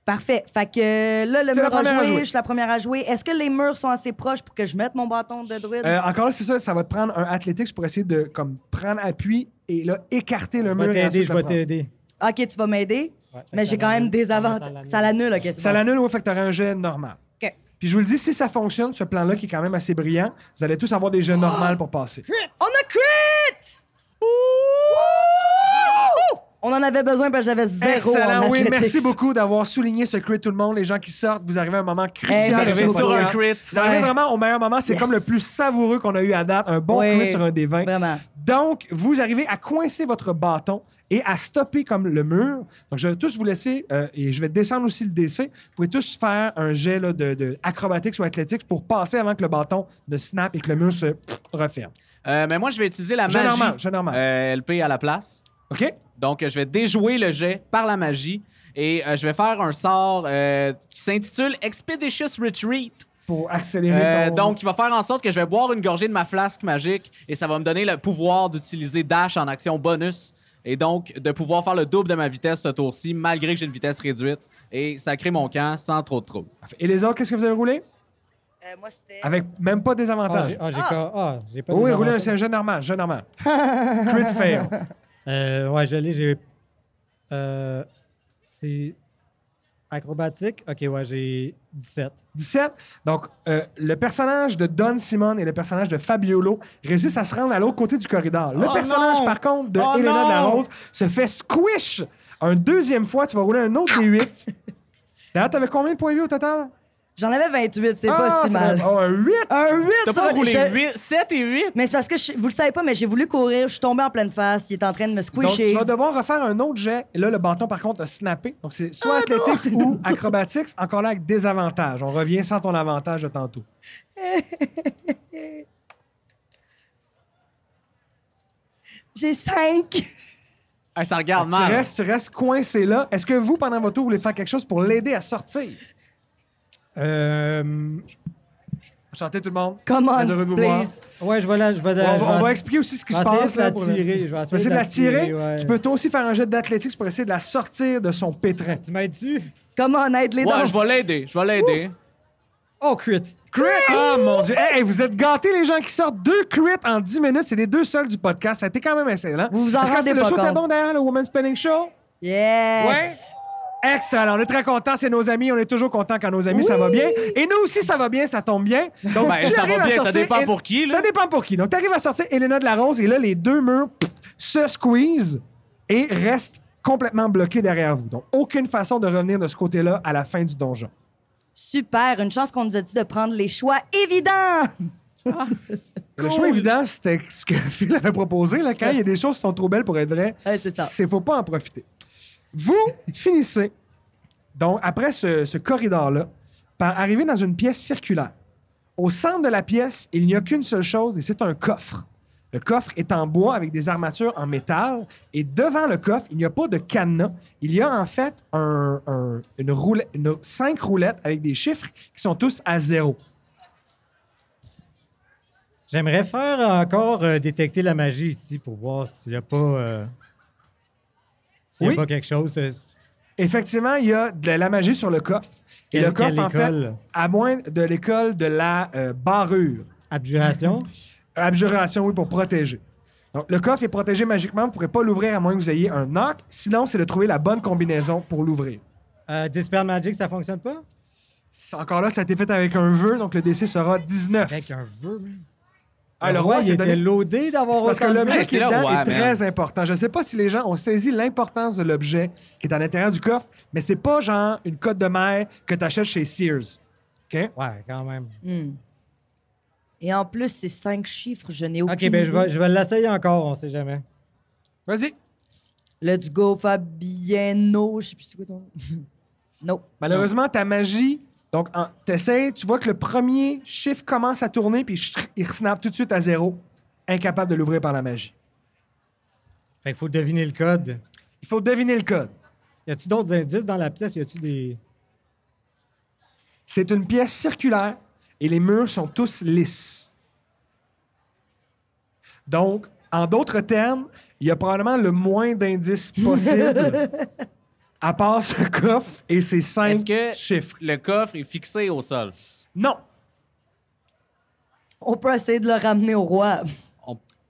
Speaker 2: Parfait. Fait que là, le
Speaker 1: la
Speaker 2: mur a
Speaker 1: première à
Speaker 2: joué,
Speaker 1: jouer.
Speaker 2: je suis la première à jouer. Est-ce que les murs sont assez proches pour que je mette mon bâton de druide?
Speaker 1: Euh, encore là, c'est ça, ça va te prendre un athlétique pour essayer de comme, prendre appui et là, écarter le
Speaker 3: Je
Speaker 1: mur.
Speaker 3: vais
Speaker 1: et
Speaker 3: t'aider,
Speaker 1: ensuite
Speaker 3: je
Speaker 1: le
Speaker 3: vais
Speaker 1: prendre.
Speaker 3: t'aider.
Speaker 2: OK, tu vas m'aider,
Speaker 3: Ouais, fait
Speaker 2: mais
Speaker 3: que
Speaker 2: j'ai
Speaker 3: ça
Speaker 2: quand même
Speaker 3: l'annule.
Speaker 2: des
Speaker 3: Ça
Speaker 2: avantages.
Speaker 3: l'annule.
Speaker 2: Ça l'annule, OK, c'est
Speaker 1: Ça
Speaker 2: bon.
Speaker 1: l'annule, ouais, fait que t'auras un jet normal.
Speaker 2: OK.
Speaker 1: Puis je vous le dis, si ça fonctionne, ce plan-là qui est quand même assez brillant, vous allez tous avoir des jets normaux pour passer.
Speaker 2: On a crit! Wouh! On en avait besoin parce que j'avais zéro en
Speaker 1: Excellent, oui.
Speaker 2: athletics.
Speaker 1: Merci beaucoup d'avoir souligné ce crit, tout le monde. Les gens qui sortent, vous arrivez à un moment
Speaker 2: Hey,
Speaker 1: crucial.
Speaker 2: merci
Speaker 1: de ce
Speaker 2: beaucoup.
Speaker 4: sur un
Speaker 1: podcast.
Speaker 4: crit.
Speaker 1: Vous arrivez
Speaker 2: Ouais.
Speaker 1: vraiment au meilleur moment. C'est
Speaker 2: Yes. Ben.
Speaker 1: comme le plus savoureux qu'on a eu à date. Un bon
Speaker 2: Oui.
Speaker 1: crit sur un des 20.
Speaker 2: Vraiment.
Speaker 1: Donc, vous arrivez à coincer votre bâton et à stopper comme le mur. Donc, je vais tous vous laisser, euh, et je vais descendre aussi le DC. Vous pouvez tous faire un jet là, de, de acrobatique ou athlétique pour passer avant que le bâton ne snap et que le mur se pff, referme.
Speaker 4: Euh, mais moi, je vais utiliser la
Speaker 1: Jet
Speaker 4: magie
Speaker 1: normal, jet normal.
Speaker 4: euh, LP à la place.
Speaker 1: OK?
Speaker 4: Donc, euh, je vais déjouer le jet par la magie et euh, je vais faire un sort euh, qui s'intitule Expeditious Retreat.
Speaker 1: pour accélérer
Speaker 4: Euh,
Speaker 1: ton...
Speaker 4: donc, il va faire en sorte que je vais boire une gorgée de ma flasque magique et ça va me donner le pouvoir d'utiliser Dash en action bonus et donc de pouvoir faire le double de ma vitesse ce tour-ci malgré que j'ai une vitesse réduite et sacrer mon camp sans trop de troubles.
Speaker 1: Et les autres, qu'est-ce que vous avez roulé?
Speaker 2: Euh, moi, c'était.
Speaker 1: Avec même pas des
Speaker 3: Ah,
Speaker 1: avantages.
Speaker 3: j'ai ah, j'ai pas. Ah, j'ai pas
Speaker 1: oui,
Speaker 3: des
Speaker 1: roulé un
Speaker 3: avantages.
Speaker 1: c'est un jeu normal, jeu normal. Crit fail.
Speaker 3: Euh, ouais, je l'ai, j'ai. Euh, c'est acrobatique. Ok, ouais, j'ai 17.
Speaker 1: 17. Donc, euh, le personnage de Don Simon et le personnage de Fabiolo réussissent à se rendre à l'autre côté du corridor. Le
Speaker 5: Oh
Speaker 1: personnage,
Speaker 5: non!
Speaker 1: par contre, de
Speaker 5: Oh
Speaker 1: Elena de la
Speaker 5: non!
Speaker 1: Rose se fait squish un deuxième fois. Tu vas rouler un autre D8. D'ailleurs, t'avais combien de points de vie au total?
Speaker 2: J'en avais 28, c'est
Speaker 1: Ah,
Speaker 2: pas si
Speaker 1: ça
Speaker 2: mal. Ah,
Speaker 1: va- oh, un 8!
Speaker 2: Un 8
Speaker 4: T'as
Speaker 2: sur
Speaker 4: pas
Speaker 2: un-
Speaker 4: roulé
Speaker 2: je-
Speaker 4: 7 et 8?
Speaker 2: Mais c'est parce que je- vous le savez pas, mais j'ai voulu courir, je suis tombé en pleine face, il est en train de me
Speaker 1: Donc,
Speaker 2: squisher.
Speaker 1: tu vas devoir refaire un autre jet. Et là, le bâton, par contre, a snappé. Donc, c'est soit athlétiques ou acrobatics. Encore là, avec des avantages. On revient sans ton avantage de tantôt.
Speaker 2: J'ai 5.
Speaker 4: Ah, ça regarde
Speaker 1: Tu
Speaker 4: mal.
Speaker 1: restes, tu restes coincé là. Est-ce que vous, pendant votre tour, vous voulez faire quelque chose pour l'aider à sortir?
Speaker 3: Euh,
Speaker 1: Chantez tout le monde.
Speaker 2: Come on,
Speaker 1: Très heureux de vous voir.
Speaker 2: please.
Speaker 3: ouais, je vais là. Je vais,
Speaker 1: On
Speaker 3: je
Speaker 1: va,
Speaker 3: vais
Speaker 1: on va
Speaker 3: essayer-
Speaker 1: expliquer aussi ce qui
Speaker 3: je
Speaker 1: se
Speaker 3: vais essayer
Speaker 1: passe.
Speaker 3: de la
Speaker 1: là, pour le-
Speaker 3: tirer, je vais
Speaker 1: Tu vas essayer de la tirer.
Speaker 3: ouais.
Speaker 1: Tu peux toi aussi faire un jet d'athlétics pour essayer de la sortir de son pétrin.
Speaker 3: Tu m'aides-tu?
Speaker 2: Come on, aide les
Speaker 4: Ouais, je vais l'aider, je vais l'aider.
Speaker 3: Oh, crit!
Speaker 1: Crit! Ah mon Dieu! Hey, hey, vous êtes gâtés, les gens qui sortent deux crits en 10 minutes. C'est les deux seuls du podcast. Ça a été quand même excellent.
Speaker 2: Vous vous en
Speaker 1: Est-ce que
Speaker 2: rendez
Speaker 1: c'est le
Speaker 2: pas
Speaker 1: show était
Speaker 2: compte.
Speaker 1: bon derrière le Women's Spelling Show?
Speaker 2: Yes.
Speaker 1: Ouais. Excellent. On est très contents. C'est nos amis. On est toujours contents quand nos amis, ça va bien. Et nous aussi, ça va bien. Ça tombe bien. Donc,
Speaker 4: Ben,
Speaker 1: tu
Speaker 4: ça
Speaker 1: arrives
Speaker 4: va
Speaker 1: à
Speaker 4: bien. Ça
Speaker 1: sortir
Speaker 4: dépend
Speaker 1: et-
Speaker 4: pour qui, là.
Speaker 1: Ça dépend pour qui. Donc, tu arrives à sortir Elena de la Rose et là, les deux murs pff, se squeeze et restent complètement bloqués derrière vous. Donc, aucune façon de revenir de ce côté-là à la fin du donjon.
Speaker 2: Super, une chance qu'on nous a dit de prendre les choix évidents.
Speaker 1: Le choix évident, c'était ce que Phil avait proposé. Là, quand il y a des choses qui sont trop belles pour être vraies,
Speaker 2: Ouais, c'est ça.
Speaker 1: c'est faut pas en profiter. Vous finissez, donc après ce, ce corridor-là, par arriver dans une pièce circulaire. Au centre de la pièce, il n'y a qu'une seule chose, et c'est un coffre. Le coffre est en bois avec des armatures en métal, et devant le coffre, il n'y a pas de cadenas. Il y a en fait un- un- une roulette, une- cinq roulettes avec des chiffres qui sont tous à zéro.
Speaker 3: J'aimerais faire encore euh, détecter la magie ici pour voir s'il n'y a pas. euh, s'il n'y
Speaker 1: Oui.
Speaker 3: a pas quelque chose. euh,
Speaker 1: Effectivement, il y a de la magie sur le coffre. Et
Speaker 3: Quelle-
Speaker 1: le coffre,
Speaker 3: quelle
Speaker 1: en fait,
Speaker 3: école?
Speaker 1: à moins de l'école de la euh, barrure.
Speaker 3: abjuration.
Speaker 1: Abjuration, oui, pour protéger. Donc, le coffre est protégé magiquement. Vous ne pourrez pas l'ouvrir à moins que vous ayez un knock. Sinon, c'est de trouver la bonne combinaison pour l'ouvrir.
Speaker 3: Euh, Dispel Magic, ça fonctionne pas?
Speaker 1: C'est- Encore là, ça a été fait avec un vœu, donc le DC sera 19.
Speaker 3: Avec un vœu. man.
Speaker 1: Ah, le roi,
Speaker 3: il
Speaker 1: s'est
Speaker 3: était
Speaker 1: donné-
Speaker 3: loadé d'avoir
Speaker 1: C'est parce que
Speaker 3: autant de
Speaker 1: l'objet
Speaker 3: magie.
Speaker 1: qui est
Speaker 4: C'est le
Speaker 1: dedans
Speaker 4: roi,
Speaker 1: est
Speaker 4: man.
Speaker 1: très important. Je ne sais pas si les gens ont saisi l'importance de l'objet qui est à l'intérieur du coffre, mais c'est pas genre une cote de mer que tu achètes chez Sears. OK?
Speaker 3: Ouais, quand même.
Speaker 2: Hmm. Et en plus, ces cinq chiffres, je n'ai aucune
Speaker 3: Ok, ben je
Speaker 2: idée.
Speaker 3: vais, je vais l'essayer encore, on sait jamais.
Speaker 1: Vas-y.
Speaker 2: Let's go, Fabiano. Je sais plus c'est quoi ton nom. non.
Speaker 1: Malheureusement, ta magie, donc en- t'essayes, tu vois que le premier chiffre commence à tourner, puis chut, il resnappe tout de suite à zéro, incapable de l'ouvrir par la magie.
Speaker 3: Fait qu'il faut deviner le code.
Speaker 1: Il faut deviner le code.
Speaker 3: Y a-tu d'autres indices dans la pièce? Y a-tu des.
Speaker 1: C'est une pièce circulaire et les murs sont tous lisses. Donc, en d'autres termes, il y a probablement le moins d'indices possible, à part ce coffre et ses cinq
Speaker 4: Est-ce que-
Speaker 1: chiffres.
Speaker 4: Le coffre est fixé au sol.
Speaker 1: Non,
Speaker 2: On peut essayer de le ramener au roi.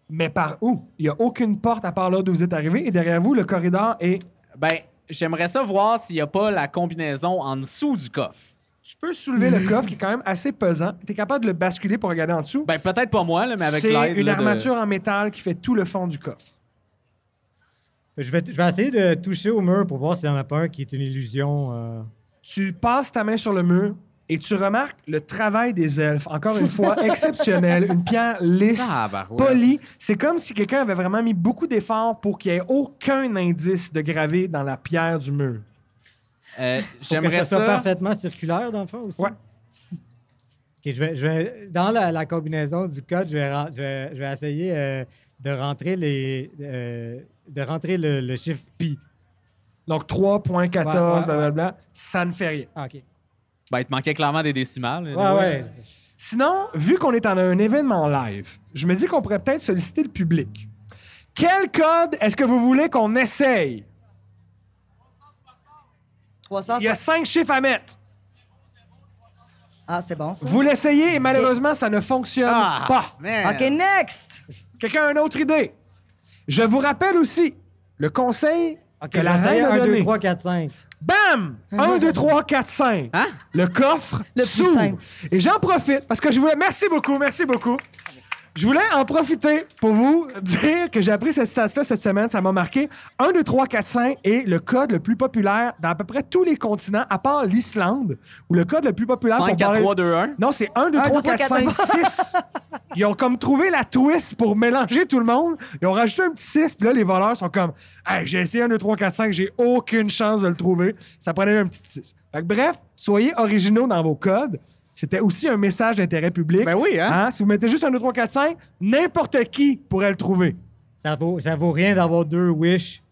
Speaker 1: mais par où? Il n'y a aucune porte à part là d'où vous êtes arrivé et derrière vous, le corridor est
Speaker 4: Ben, j'aimerais ça voir s'il n'y a pas la combinaison en dessous du coffre.
Speaker 1: Tu peux soulever le coffre qui est quand même assez pesant. Tu es capable de le basculer pour regarder en dessous.
Speaker 4: Ben, peut-être pas moi, là, mais avec
Speaker 1: c'est
Speaker 4: l'aide,
Speaker 1: une
Speaker 4: là, de-
Speaker 1: armature en métal qui fait tout le fond du coffre.
Speaker 3: Je vais, je vais essayer de toucher au mur pour voir s'il y en a pas un qui est une illusion. euh.
Speaker 1: Tu passes ta main sur le mur et tu remarques le travail des elfes. Encore une fois, exceptionnel. Une pierre lisse,
Speaker 4: Tabarouette.
Speaker 1: polie. C'est comme si quelqu'un avait vraiment mis beaucoup d'efforts pour qu'il n'y ait aucun indice de gravé dans la pierre du mur.
Speaker 4: Euh,
Speaker 3: Pour que
Speaker 4: j'aimerais
Speaker 3: ça soit
Speaker 4: ça.
Speaker 3: parfaitement circulaire dans le fond aussi.
Speaker 1: Ouais.
Speaker 3: Ok, je vais, je vais- dans la, la combinaison du code, je vais, ren- je vais- je vais essayer euh, de rentrer les euh, de rentrer le, le chiffre pi.
Speaker 1: Donc 3.14,
Speaker 3: Ouais, ouais, ouais.
Speaker 1: blablabla. Ça ne fait rien.
Speaker 3: Ah, ok.
Speaker 4: Ben, il te manquait clairement des décimales.
Speaker 3: Ouais, ouais.
Speaker 1: Sinon, vu qu'on est en un événement live, je me dis qu'on pourrait peut-être solliciter le public. Quel code est-ce que vous voulez qu'on essaye?
Speaker 2: 300.
Speaker 1: Il y a cinq chiffres à mettre.
Speaker 2: Ah, c'est bon, ça.
Speaker 1: Vous l'essayez et malheureusement, ça ne fonctionne
Speaker 4: Ah,
Speaker 1: pas.
Speaker 4: man.
Speaker 2: OK,
Speaker 5: euh,
Speaker 2: next!
Speaker 1: Quelqu'un a une autre idée? Je vous rappelle aussi le conseil que la
Speaker 3: J'essaie
Speaker 1: reine a
Speaker 3: un, deux,
Speaker 1: donné.
Speaker 3: trois, quatre, cinq.
Speaker 1: Bam! 1, 2, 3, 4, 5.
Speaker 4: Hein?
Speaker 1: Le coffre
Speaker 2: Mhm. Le plus
Speaker 1: s'ouvre.
Speaker 2: simple.
Speaker 1: Et j'en profite parce que je voulais. Merci beaucoup, merci beaucoup. Je voulais en profiter pour vous dire que j'ai appris cette citation-là cette semaine. Ça m'a marqué. 1, 2, 3, 4, 5 est le code le plus populaire dans à peu près tous les continents, à part l'Islande, où le code le plus populaire
Speaker 4: 5,
Speaker 1: pour
Speaker 4: 4,
Speaker 1: parler-
Speaker 4: 3, 2, 1.
Speaker 1: non, c'est 1, 2, 3, 4, 5, 6. Ils ont comme trouvé la twist pour mélanger tout le monde. Ils ont rajouté un petit 6. Puis là, les voleurs sont comme Hey, j'ai essayé 1, 2, 3, 4, 5. J'ai aucune chance de le trouver. Ça prenait un petit 6. Fait que bref, soyez originaux dans vos codes. C'était aussi un message d'intérêt public.
Speaker 4: Ben oui,
Speaker 3: Ah.
Speaker 4: hein?
Speaker 1: Si vous mettez juste 1, 2, 3, 4, 5, n'importe qui pourrait le trouver.
Speaker 3: Ça vaut, ça vaut rien d'avoir deux wish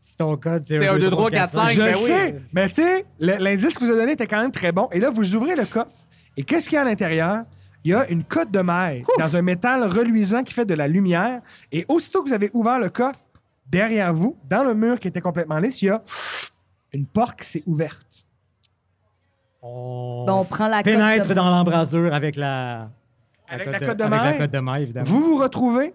Speaker 3: si ton code c'est
Speaker 4: C'est
Speaker 3: un,
Speaker 4: un, deux,
Speaker 3: deux,
Speaker 4: trois,
Speaker 3: trois,
Speaker 4: quatre,
Speaker 3: quatre,
Speaker 4: cinq.
Speaker 1: Je
Speaker 4: Ben
Speaker 1: le
Speaker 4: oui.
Speaker 1: sais, mais tu sais, le- l'indice que vous a donné était quand même très bon. Et là, vous ouvrez le coffre. Et qu'est-ce qu'il y a à l'intérieur? Il y a une cote de maille dans un métal reluisant qui fait de la lumière. Et aussitôt que vous avez ouvert le coffre, derrière vous, dans le mur qui était complètement lisse, il y a une porte qui s'est ouverte.
Speaker 3: On,
Speaker 2: Bon, on prend la cote
Speaker 3: pénètre
Speaker 2: de-
Speaker 3: dans l'embrasure avec la,
Speaker 1: Avec la cote de
Speaker 3: avec
Speaker 1: maille.
Speaker 3: la cote de maille,
Speaker 4: Ben
Speaker 3: évidemment.
Speaker 1: Vous vous retrouvez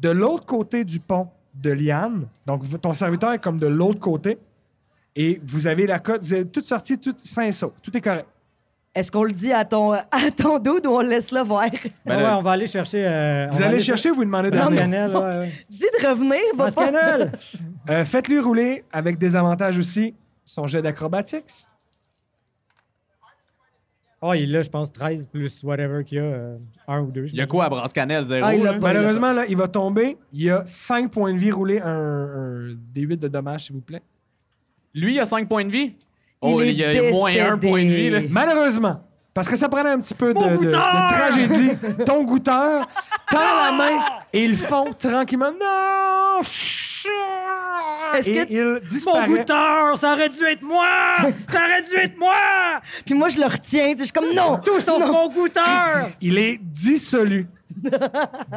Speaker 1: de l'autre côté du pont de Liane. Donc, v- ton serviteur est comme de l'autre côté. Et vous avez la cote. Vous avez toutes sorties, toutes sains et saufs. Tout est correct.
Speaker 2: Est-ce qu'on le dit à ton, à ton dude ou on le laisse le voir?
Speaker 4: Ben
Speaker 3: Ouais,
Speaker 4: là-
Speaker 3: ouais, on va aller chercher. euh, on
Speaker 1: Vous
Speaker 3: va
Speaker 1: allez
Speaker 3: aller
Speaker 1: chercher, vous demandez
Speaker 3: chercher
Speaker 1: dernier.
Speaker 3: Mascanel, ouais, ouais.
Speaker 2: Dis de revenir, va pas-
Speaker 3: Mascanel!
Speaker 1: Euh, Faites-lui rouler avec des avantages aussi son jet d'acrobatics.
Speaker 3: Oh, il l'a, je pense, 13 plus whatever qu'il y a, euh, un ou deux.
Speaker 4: Il y a quoi à Brasse-Canel, 0?
Speaker 2: Ah, il l'a pas, il l'a
Speaker 1: Malheureusement, là, il va tomber. Il a 5 points de vie roulés, un, un D8 de dommages, s'il vous plaît.
Speaker 4: Lui, il a 5 points de vie.
Speaker 2: Il
Speaker 4: Oh,
Speaker 2: est
Speaker 4: il y a moins
Speaker 2: décédé.
Speaker 4: 1 point de vie, là.
Speaker 1: Malheureusement, parce que ça prenait un petit peu de, de- de tragédie. Ton goûteur tend la main et ils font tranquillement. Non!
Speaker 2: Est-ce
Speaker 1: Et
Speaker 2: que
Speaker 1: il disparaît.
Speaker 3: goûteur, ça aurait dû être moi! Ça aurait dû être moi!
Speaker 2: Puis moi, je le retiens. tu sais, Je suis comme non!
Speaker 3: Tous sont mon goûteur!
Speaker 1: Il est dissolu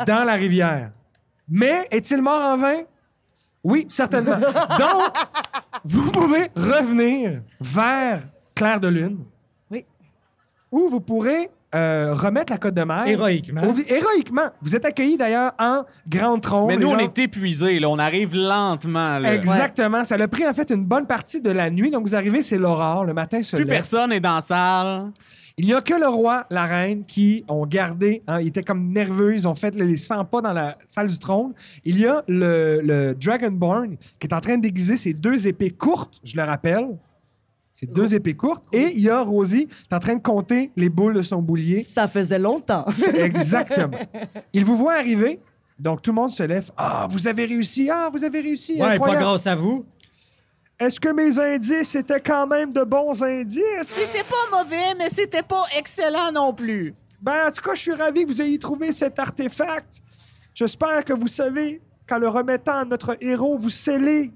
Speaker 1: dans la rivière. Mais est-il mort en vain? Oui, certainement. Donc, vous pouvez revenir vers Claire de Lune.
Speaker 2: Oui.
Speaker 1: Où vous pourrez euh, remettre la côte de mer.
Speaker 3: Héroïquement.
Speaker 1: Au- héroïquement. Vous êtes accueillis d'ailleurs en grande trompe.
Speaker 4: Mais nous,
Speaker 1: Les
Speaker 4: on euh,
Speaker 1: gens-
Speaker 4: est épuisés, là. On arrive lentement, là.
Speaker 1: Exactement. Ça a pris en fait une bonne partie de la nuit. Donc, vous arrivez, c'est l'aurore. Le matin se
Speaker 4: Plus
Speaker 1: lève.
Speaker 4: personne est dans la salle.
Speaker 1: Il n'y a que le roi, la reine qui ont gardé, hein, ils étaient comme nerveux, ils ont fait les 100 pas dans la salle du trône. Il y a le, le Dragonborn qui est en train de déguiser ses deux épées courtes, je le rappelle. Ses deux épées courtes. Et il y a Rosie qui est en train de compter les boules de son boulier.
Speaker 2: Ça faisait longtemps.
Speaker 1: Exactement. Il vous voit arriver, donc tout le monde se lève. Ah, vous avez réussi, ah, vous avez réussi.
Speaker 3: Ouais, pas
Speaker 1: incroyable.
Speaker 3: grâce à vous.
Speaker 1: Est-ce que mes indices étaient quand même de bons indices?
Speaker 5: C'était pas mauvais, mais c'était pas excellent non plus.
Speaker 1: Ben, en tout cas, je suis ravi que vous ayez trouvé cet artefact. J'espère que vous savez qu'en le remettant à notre héros, vous scellez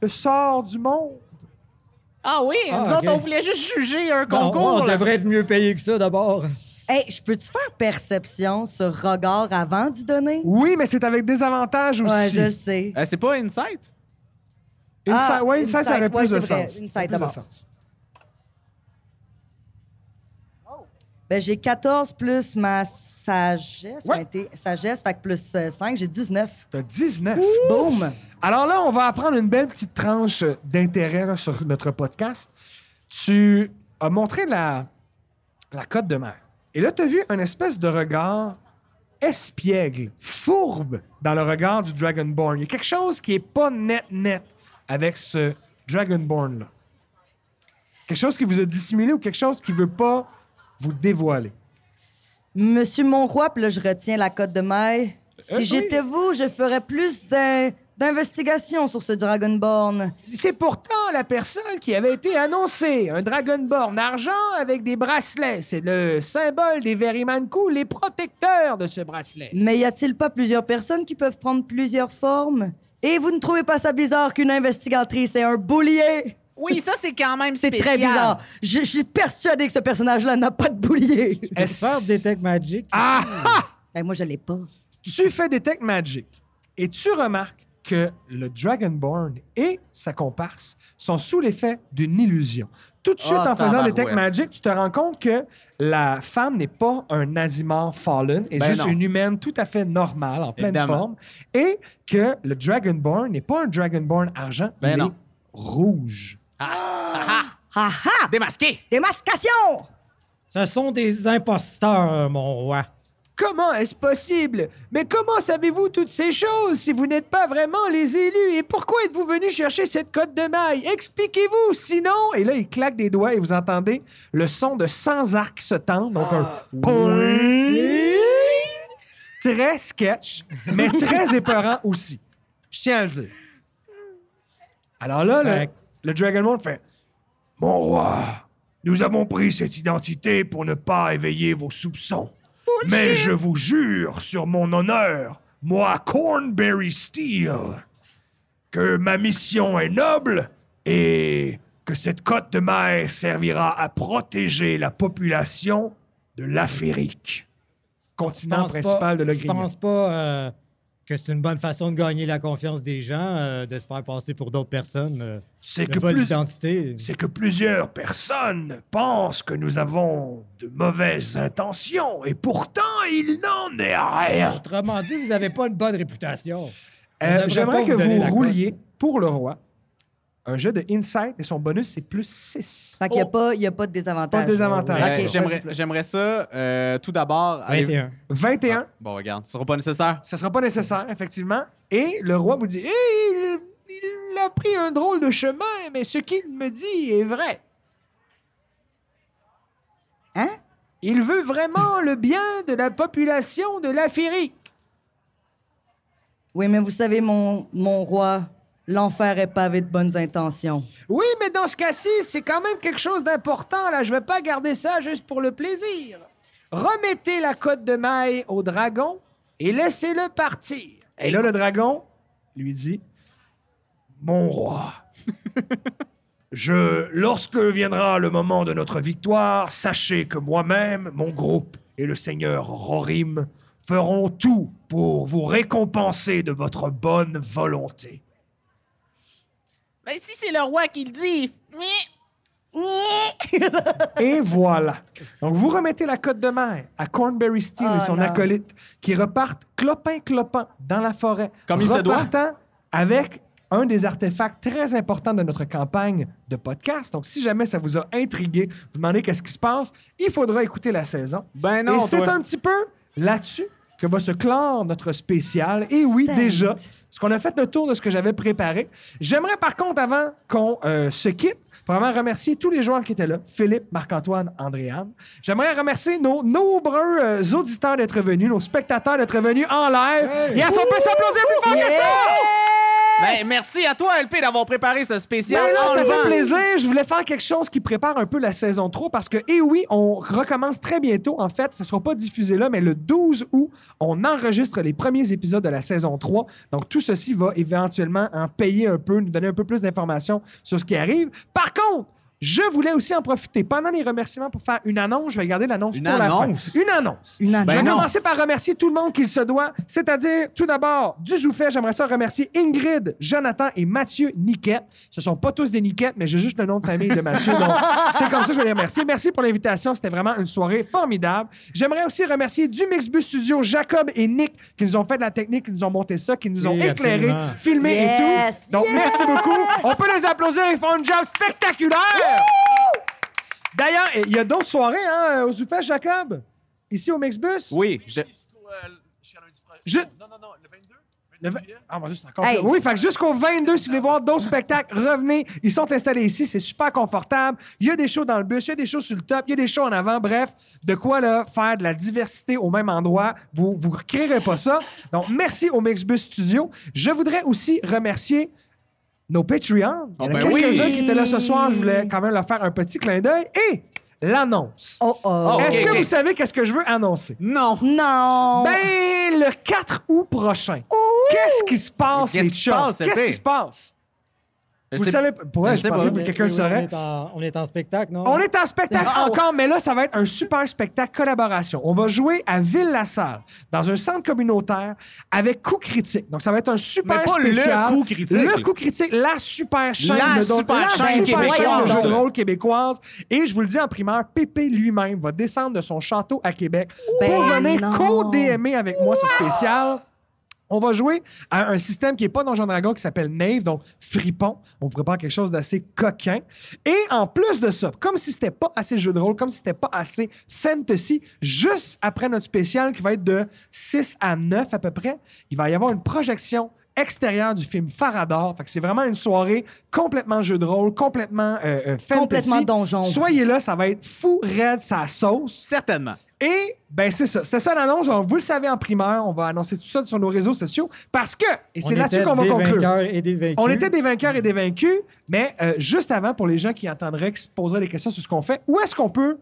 Speaker 1: le sort du monde.
Speaker 5: Ah oui,
Speaker 3: Ah,
Speaker 5: nous
Speaker 3: ok.
Speaker 5: autres, on voulait juste juger un
Speaker 3: Non,
Speaker 5: concours.
Speaker 3: on
Speaker 5: là.
Speaker 3: devrait être mieux payé que ça d'abord.
Speaker 2: hey, je peux-tu faire perception sur regard avant d'y donner?
Speaker 1: Oui, mais c'est avec des avantages
Speaker 2: Ouais,
Speaker 1: aussi.
Speaker 2: je le sais.
Speaker 4: Euh, c'est pas Insight?
Speaker 1: Une
Speaker 2: Ah,
Speaker 1: sa- ouais, une
Speaker 2: une
Speaker 1: sa- ça
Speaker 2: side,
Speaker 1: aurait
Speaker 2: ouais,
Speaker 1: plus de
Speaker 2: c'est vrai,
Speaker 1: sens.
Speaker 2: une
Speaker 1: Ça aurait
Speaker 2: side
Speaker 1: plus de
Speaker 2: d'abord.
Speaker 1: sens.
Speaker 2: Ben, j'ai 14 plus ma sagesse.
Speaker 1: Ouais.
Speaker 2: ma inté- sagesse, fait que plus 5, j'ai 19.
Speaker 1: T'as 19.
Speaker 2: Boum!
Speaker 1: Alors là, on va apprendre une belle petite tranche d'intérêt là, sur notre podcast. Tu as montré la, la côte de mer. Et là, tu as vu un espèce de regard espiègle, fourbe dans le regard du Dragonborn. Il y a quelque chose qui est pas net, net avec ce Dragonborn-là. Quelque chose qui vous a dissimulé ou quelque chose qui veut pas vous dévoiler.
Speaker 2: Monsieur Monroy, puis là, je retiens la cote de maille. Si
Speaker 1: Euh, oui.
Speaker 2: j'étais vous, je ferais plus d'in- d'investigation sur ce Dragonborn.
Speaker 1: C'est pourtant la personne qui avait été annoncée. Un Dragonborn argent avec des bracelets. C'est le symbole des Verimanku, les protecteurs de ce bracelet.
Speaker 2: Mais y a-t-il pas plusieurs personnes qui peuvent prendre plusieurs formes? Et vous ne trouvez pas ça bizarre qu'une investigatrice ait un boulier?
Speaker 5: Oui, ça, c'est quand même
Speaker 2: C'est
Speaker 5: spécial.
Speaker 2: très bizarre. Je, je suis persuadé que ce personnage-là n'a pas de boulier.
Speaker 1: Est-ce-
Speaker 3: Faire Detect Magic.
Speaker 1: Ah!
Speaker 2: Ben, moi, je l'ai pas.
Speaker 1: Tu fais Detect Magic et tu remarques que le Dragonborn et sa comparse sont sous l'effet d'une illusion. Tout de suite,
Speaker 4: Oh,
Speaker 1: en faisant
Speaker 4: tabarouette.
Speaker 1: Detect Magic, tu te rends compte que la femme n'est pas un Azimar Fallen, est
Speaker 4: Ben
Speaker 1: juste
Speaker 4: non.
Speaker 1: une humaine tout à fait normale, en pleine
Speaker 4: Évidemment.
Speaker 1: forme, et que le Dragonborn n'est pas un Dragonborn argent,
Speaker 4: Ben
Speaker 1: il
Speaker 4: non.
Speaker 1: est rouge.
Speaker 2: Ha ha!
Speaker 5: Démasqué!
Speaker 2: Ah, Démascation!
Speaker 3: Ce sont des imposteurs, mon roi.
Speaker 1: Comment est-ce possible? Mais comment savez-vous toutes ces choses si vous n'êtes pas vraiment les élus? Et pourquoi êtes-vous venus chercher cette cote de maille? Expliquez-vous, sinon... Et là, il claque des doigts et vous entendez le son de 100 arcs se tendre, donc un... poing. Très sketch, mais très épeurant aussi. Je tiens à le dire. Alors là, le,
Speaker 3: Fait-
Speaker 1: le Dragon Ball fait...
Speaker 6: Mon roi, nous avons pris cette identité pour ne pas éveiller vos soupçons. Mais je vous jure sur mon honneur, moi Cornberry Steele, que ma mission est noble et que cette côte de mer servira à protéger la population de l'Afrique.
Speaker 1: Continent
Speaker 3: pense pas-
Speaker 1: principal de
Speaker 3: Je
Speaker 1: l'Ogrignan.
Speaker 3: pense pas euh, que c'est une bonne façon de gagner la confiance des gens, euh, de se faire passer pour d'autres personnes. euh,
Speaker 6: C'est
Speaker 3: le
Speaker 6: que
Speaker 3: vol
Speaker 6: plus-
Speaker 3: d'identité.
Speaker 6: c'est que plusieurs personnes pensent que nous avons de mauvaises intentions et pourtant il n'en est rien.
Speaker 3: Autrement dit, vous n'avez pas une bonne réputation. On
Speaker 1: Euh,
Speaker 3: devrait pas
Speaker 1: J'aimerais que
Speaker 3: donner
Speaker 1: vous
Speaker 3: la cote.
Speaker 1: rouliez pour le roi un jet de Insight et son bonus, c'est plus 6.
Speaker 2: Fait qu'il n'y a, pas- il y a pas de désavantage.
Speaker 1: Pas de désavantage.
Speaker 2: Ouais,
Speaker 4: Euh,
Speaker 2: ok,
Speaker 4: j'aimerais,
Speaker 2: vas-y.
Speaker 4: j'aimerais ça, euh, tout d'abord... aller- Ah,
Speaker 3: 21.
Speaker 1: 21,
Speaker 3: Ah.
Speaker 4: Bon, regarde, ce sera pas nécessaire.
Speaker 1: ce sera pas nécessaire, effectivement. Et le roi vous dit Hé, il, il a pris un drôle de chemin, mais ce qu'il me dit est vrai.
Speaker 2: Hein?
Speaker 1: Il veut vraiment le bien de la population de l'Afrique.
Speaker 2: Oui, mais vous savez, mon, mon roi, l'enfer est pavé de bonnes intentions.
Speaker 1: Oui, mais dans ce cas-ci, c'est quand même quelque chose d'important. Là, je vais pas garder ça juste pour le plaisir. Remettez la cote de maille au dragon et laissez-le partir. Et là, le dragon lui dit
Speaker 6: Mon roi, je, lorsque viendra le moment de notre victoire, sachez que moi-même, mon groupe et le seigneur Rorim feront tout pour vous récompenser de votre bonne volonté.
Speaker 5: Ben, si c'est le roi qui le dit. Mais
Speaker 1: Et voilà. Donc, vous remettez la cote de mer à Cornberry Steele
Speaker 2: Ah,
Speaker 1: et son
Speaker 2: non.
Speaker 1: acolyte qui repartent clopin-clopin dans la forêt.
Speaker 4: Comme il se doit.
Speaker 1: Repartant avec un des artefacts très importants de notre campagne de podcast. Donc, si jamais ça vous a intrigué, vous demandez qu'est-ce qui se passe, il faudra écouter la saison.
Speaker 4: Ben non,
Speaker 1: et c'est
Speaker 4: toi.
Speaker 1: un petit peu là-dessus que va se clore notre spécial. Et oui,
Speaker 2: Sainte.
Speaker 1: déjà, parce qu'on a fait le tour de ce que j'avais préparé. J'aimerais par contre, avant qu'on euh, se quitte, vraiment remercier tous les joueurs qui étaient là. Philippe, Marc-Antoine, Andréane. J'aimerais remercier nos nombreux euh, auditeurs d'être venus, nos spectateurs d'être venus en live. Yes, on peut s'applaudir plus fort que ça!
Speaker 5: Ben, merci à toi, LP, d'avoir préparé ce spécial.
Speaker 1: Ben là, ça
Speaker 5: enlevant.
Speaker 1: fait plaisir. Je voulais faire quelque chose qui prépare un peu la saison 3 parce que, eh oui, on recommence très bientôt. En fait, ce ne sera pas diffusé là, mais le 12 août, on enregistre les premiers épisodes de la saison 3. Donc, tout ceci va éventuellement en payer un peu, nous donner un peu plus d'informations sur ce qui arrive. Par contre, je voulais aussi en profiter pendant les remerciements pour faire une annonce. Je vais garder l'annonce
Speaker 4: Une
Speaker 1: pour la fin.
Speaker 4: annonce?
Speaker 1: Une annonce.
Speaker 2: Une annonce.
Speaker 1: Je vais
Speaker 4: Ben non.
Speaker 1: commencer par remercier tout le monde qu'il se doit, c'est-à-dire, tout d'abord, du Zoufet, j'aimerais ça remercier Ingrid, Jonathan et Mathieu Niquette. Ce sont pas tous des Niquettes, mais j'ai juste le nom de famille de Mathieu, donc c'est comme ça que je vais les remercier. Merci pour l'invitation, c'était vraiment une soirée formidable. J'aimerais aussi remercier du Mixbus Studio, Jacob et Nick, qui nous ont fait de la technique, qui nous ont monté ça, qui nous ont
Speaker 3: Oui,
Speaker 1: éclairé,
Speaker 3: absolument.
Speaker 1: filmé
Speaker 2: Yes!
Speaker 1: et tout. Donc,
Speaker 2: Yes!
Speaker 1: merci beaucoup. On peut les applaudir, ils font un job spectaculaire! D'ailleurs, eh, il y a d'autres soirées hein, au Zoufet, Jacob, ici au Mixbus.
Speaker 4: Oui, je-
Speaker 1: Je-
Speaker 8: Non, non, non, le 22.
Speaker 1: Le vingt- Ah, mon Dieu, c'est encore
Speaker 2: Hey.
Speaker 1: plus- Oui, fait que jusqu'au 22, si vous voulez voir d'autres spectacles, revenez. Ils sont installés ici, c'est super confortable. Il y a des shows dans le bus, il y a des shows sur le top, il y a des shows en avant. Bref, de quoi là, faire de la diversité au même endroit. Vous ne créerez pas ça. Donc, merci au Mixbus Studio. Je voudrais aussi remercier nos Patreons. Il y en a
Speaker 4: Oh, ben oui.
Speaker 1: quelques-uns qui étaient là ce soir. Je voulais quand même leur faire un petit clin d'œil. Et l'annonce.
Speaker 2: Oh oh.
Speaker 4: Oh.
Speaker 1: Est-ce
Speaker 4: ok,
Speaker 1: que
Speaker 4: ok.
Speaker 1: vous savez qu'est-ce que je veux annoncer?
Speaker 4: Non.
Speaker 2: Non!
Speaker 1: Ben, le 4 août prochain. Qu'est-ce qui se passe,
Speaker 4: Qu'est-ce
Speaker 1: les
Speaker 4: qui se
Speaker 1: chums?
Speaker 4: passe,
Speaker 1: Qu'est-ce
Speaker 4: LP?
Speaker 1: qui se passe?
Speaker 4: Je
Speaker 1: Vous le
Speaker 4: sais-
Speaker 1: savez, pas- pour vrai,
Speaker 4: je
Speaker 1: je
Speaker 4: sais
Speaker 1: pensais
Speaker 4: pas.
Speaker 1: que quelqu'un le
Speaker 3: Oui,
Speaker 1: saurait.
Speaker 3: On est, en, on est en spectacle, non?
Speaker 1: On est en spectacle
Speaker 2: Ah,
Speaker 1: encore, mais là, ça va être un super spectacle collaboration. On va jouer à Ville-la-Salle, dans un centre communautaire, avec coup critique. Donc, ça va être un super
Speaker 4: Mais pas le
Speaker 1: spécial.
Speaker 4: Coup Critique.
Speaker 1: Le coup critique, la super chaîne
Speaker 4: La
Speaker 1: de
Speaker 4: super
Speaker 1: la
Speaker 4: chaîne
Speaker 1: super
Speaker 2: québécoise.
Speaker 1: chaîne de jeux de
Speaker 4: Voyons
Speaker 1: rôle québécoise. Et je vous le dis en primeur, Pépé lui-même va descendre de son château à Québec pour
Speaker 2: Ben
Speaker 1: venir
Speaker 2: non.
Speaker 1: co-DMer avec moi ce spécial. On va jouer à un système qui n'est pas Donjon Dragon, qui s'appelle Nave, donc fripon. On vous prépare quelque chose d'assez coquin. Et en plus de ça, comme si c'était pas assez jeu de rôle, comme si c'était pas assez fantasy, juste après notre spécial qui va être de 6 à 9 à peu près, il va y avoir une projection extérieure du film Farador. Fait que c'est vraiment une soirée complètement jeu de rôle, complètement euh, euh, fantasy.
Speaker 2: Complètement donjon.
Speaker 1: Soyez là, ça va être fou, raide, sa sauce.
Speaker 4: Certainement.
Speaker 1: Et ben c'est ça, c'est ça l'annonce. On- Vous le savez en primeur, on va annoncer tout ça sur nos réseaux sociaux parce que et c'est
Speaker 3: On
Speaker 1: là-dessus
Speaker 3: était
Speaker 1: qu'on va
Speaker 3: des
Speaker 1: conclure.
Speaker 3: vainqueurs et des vaincus.
Speaker 1: On était des vainqueurs et des vaincus, mais euh, juste avant pour les gens qui entendraient, qui se poseraient des questions sur ce qu'on fait, où est-ce qu'on peut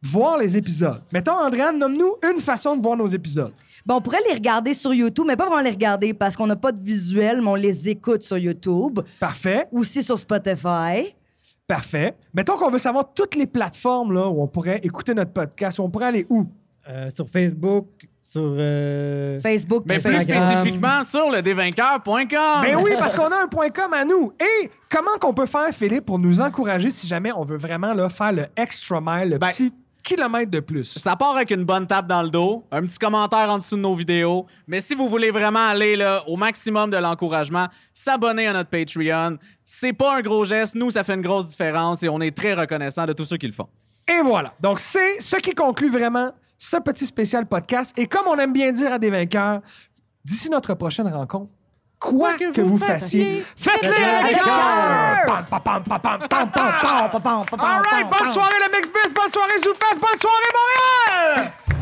Speaker 1: voir les épisodes Mettons, Andréane, nomme-nous une façon de voir nos épisodes.
Speaker 2: Bon, on pourrait les regarder sur YouTube, mais pas vraiment les regarder parce qu'on n'a pas de visuel, mais on les écoute sur YouTube,
Speaker 1: Parfait,
Speaker 2: aussi sur Spotify.
Speaker 1: parfait. Mettons qu'on veut savoir toutes les plateformes là où on pourrait écouter notre podcast, où on pourrait aller où
Speaker 3: Euh, sur Facebook, sur. euh,
Speaker 2: Facebook,
Speaker 4: Mais plus
Speaker 2: Instagram.
Speaker 3: Instagram.
Speaker 4: spécifiquement sur le dévainqueur.com.
Speaker 1: Ben oui, parce qu'on a un point com à nous. Et comment qu'on peut faire, Philippe, pour nous encourager si jamais on veut vraiment là, faire le extra mile, le
Speaker 4: Ben-
Speaker 1: petit kilomètre de plus?
Speaker 4: Ça part avec une bonne tape dans le dos, un petit commentaire en dessous de nos vidéos. Mais si vous voulez vraiment aller là, au maximum de l'encouragement, s'abonner à notre Patreon. C'est pas un gros geste. Nous, ça fait une grosse différence et on est très reconnaissants de tous ceux qui le font.
Speaker 1: Et voilà. Donc, c'est ce qui conclut vraiment ce petit spécial podcast. Et comme on aime bien dire à des vainqueurs, d'ici notre prochaine rencontre, quoi que, vous, fassiez, faites-le avec cœur! Pam, pam, pam, pam, pam, pam, pam, pam.
Speaker 2: Pam, pam, pam, pam,
Speaker 1: All right,
Speaker 2: pam,
Speaker 1: bonne
Speaker 2: pam.
Speaker 1: soirée le Mix Bus, bonne soirée Zoufest, bonne soirée Montréal!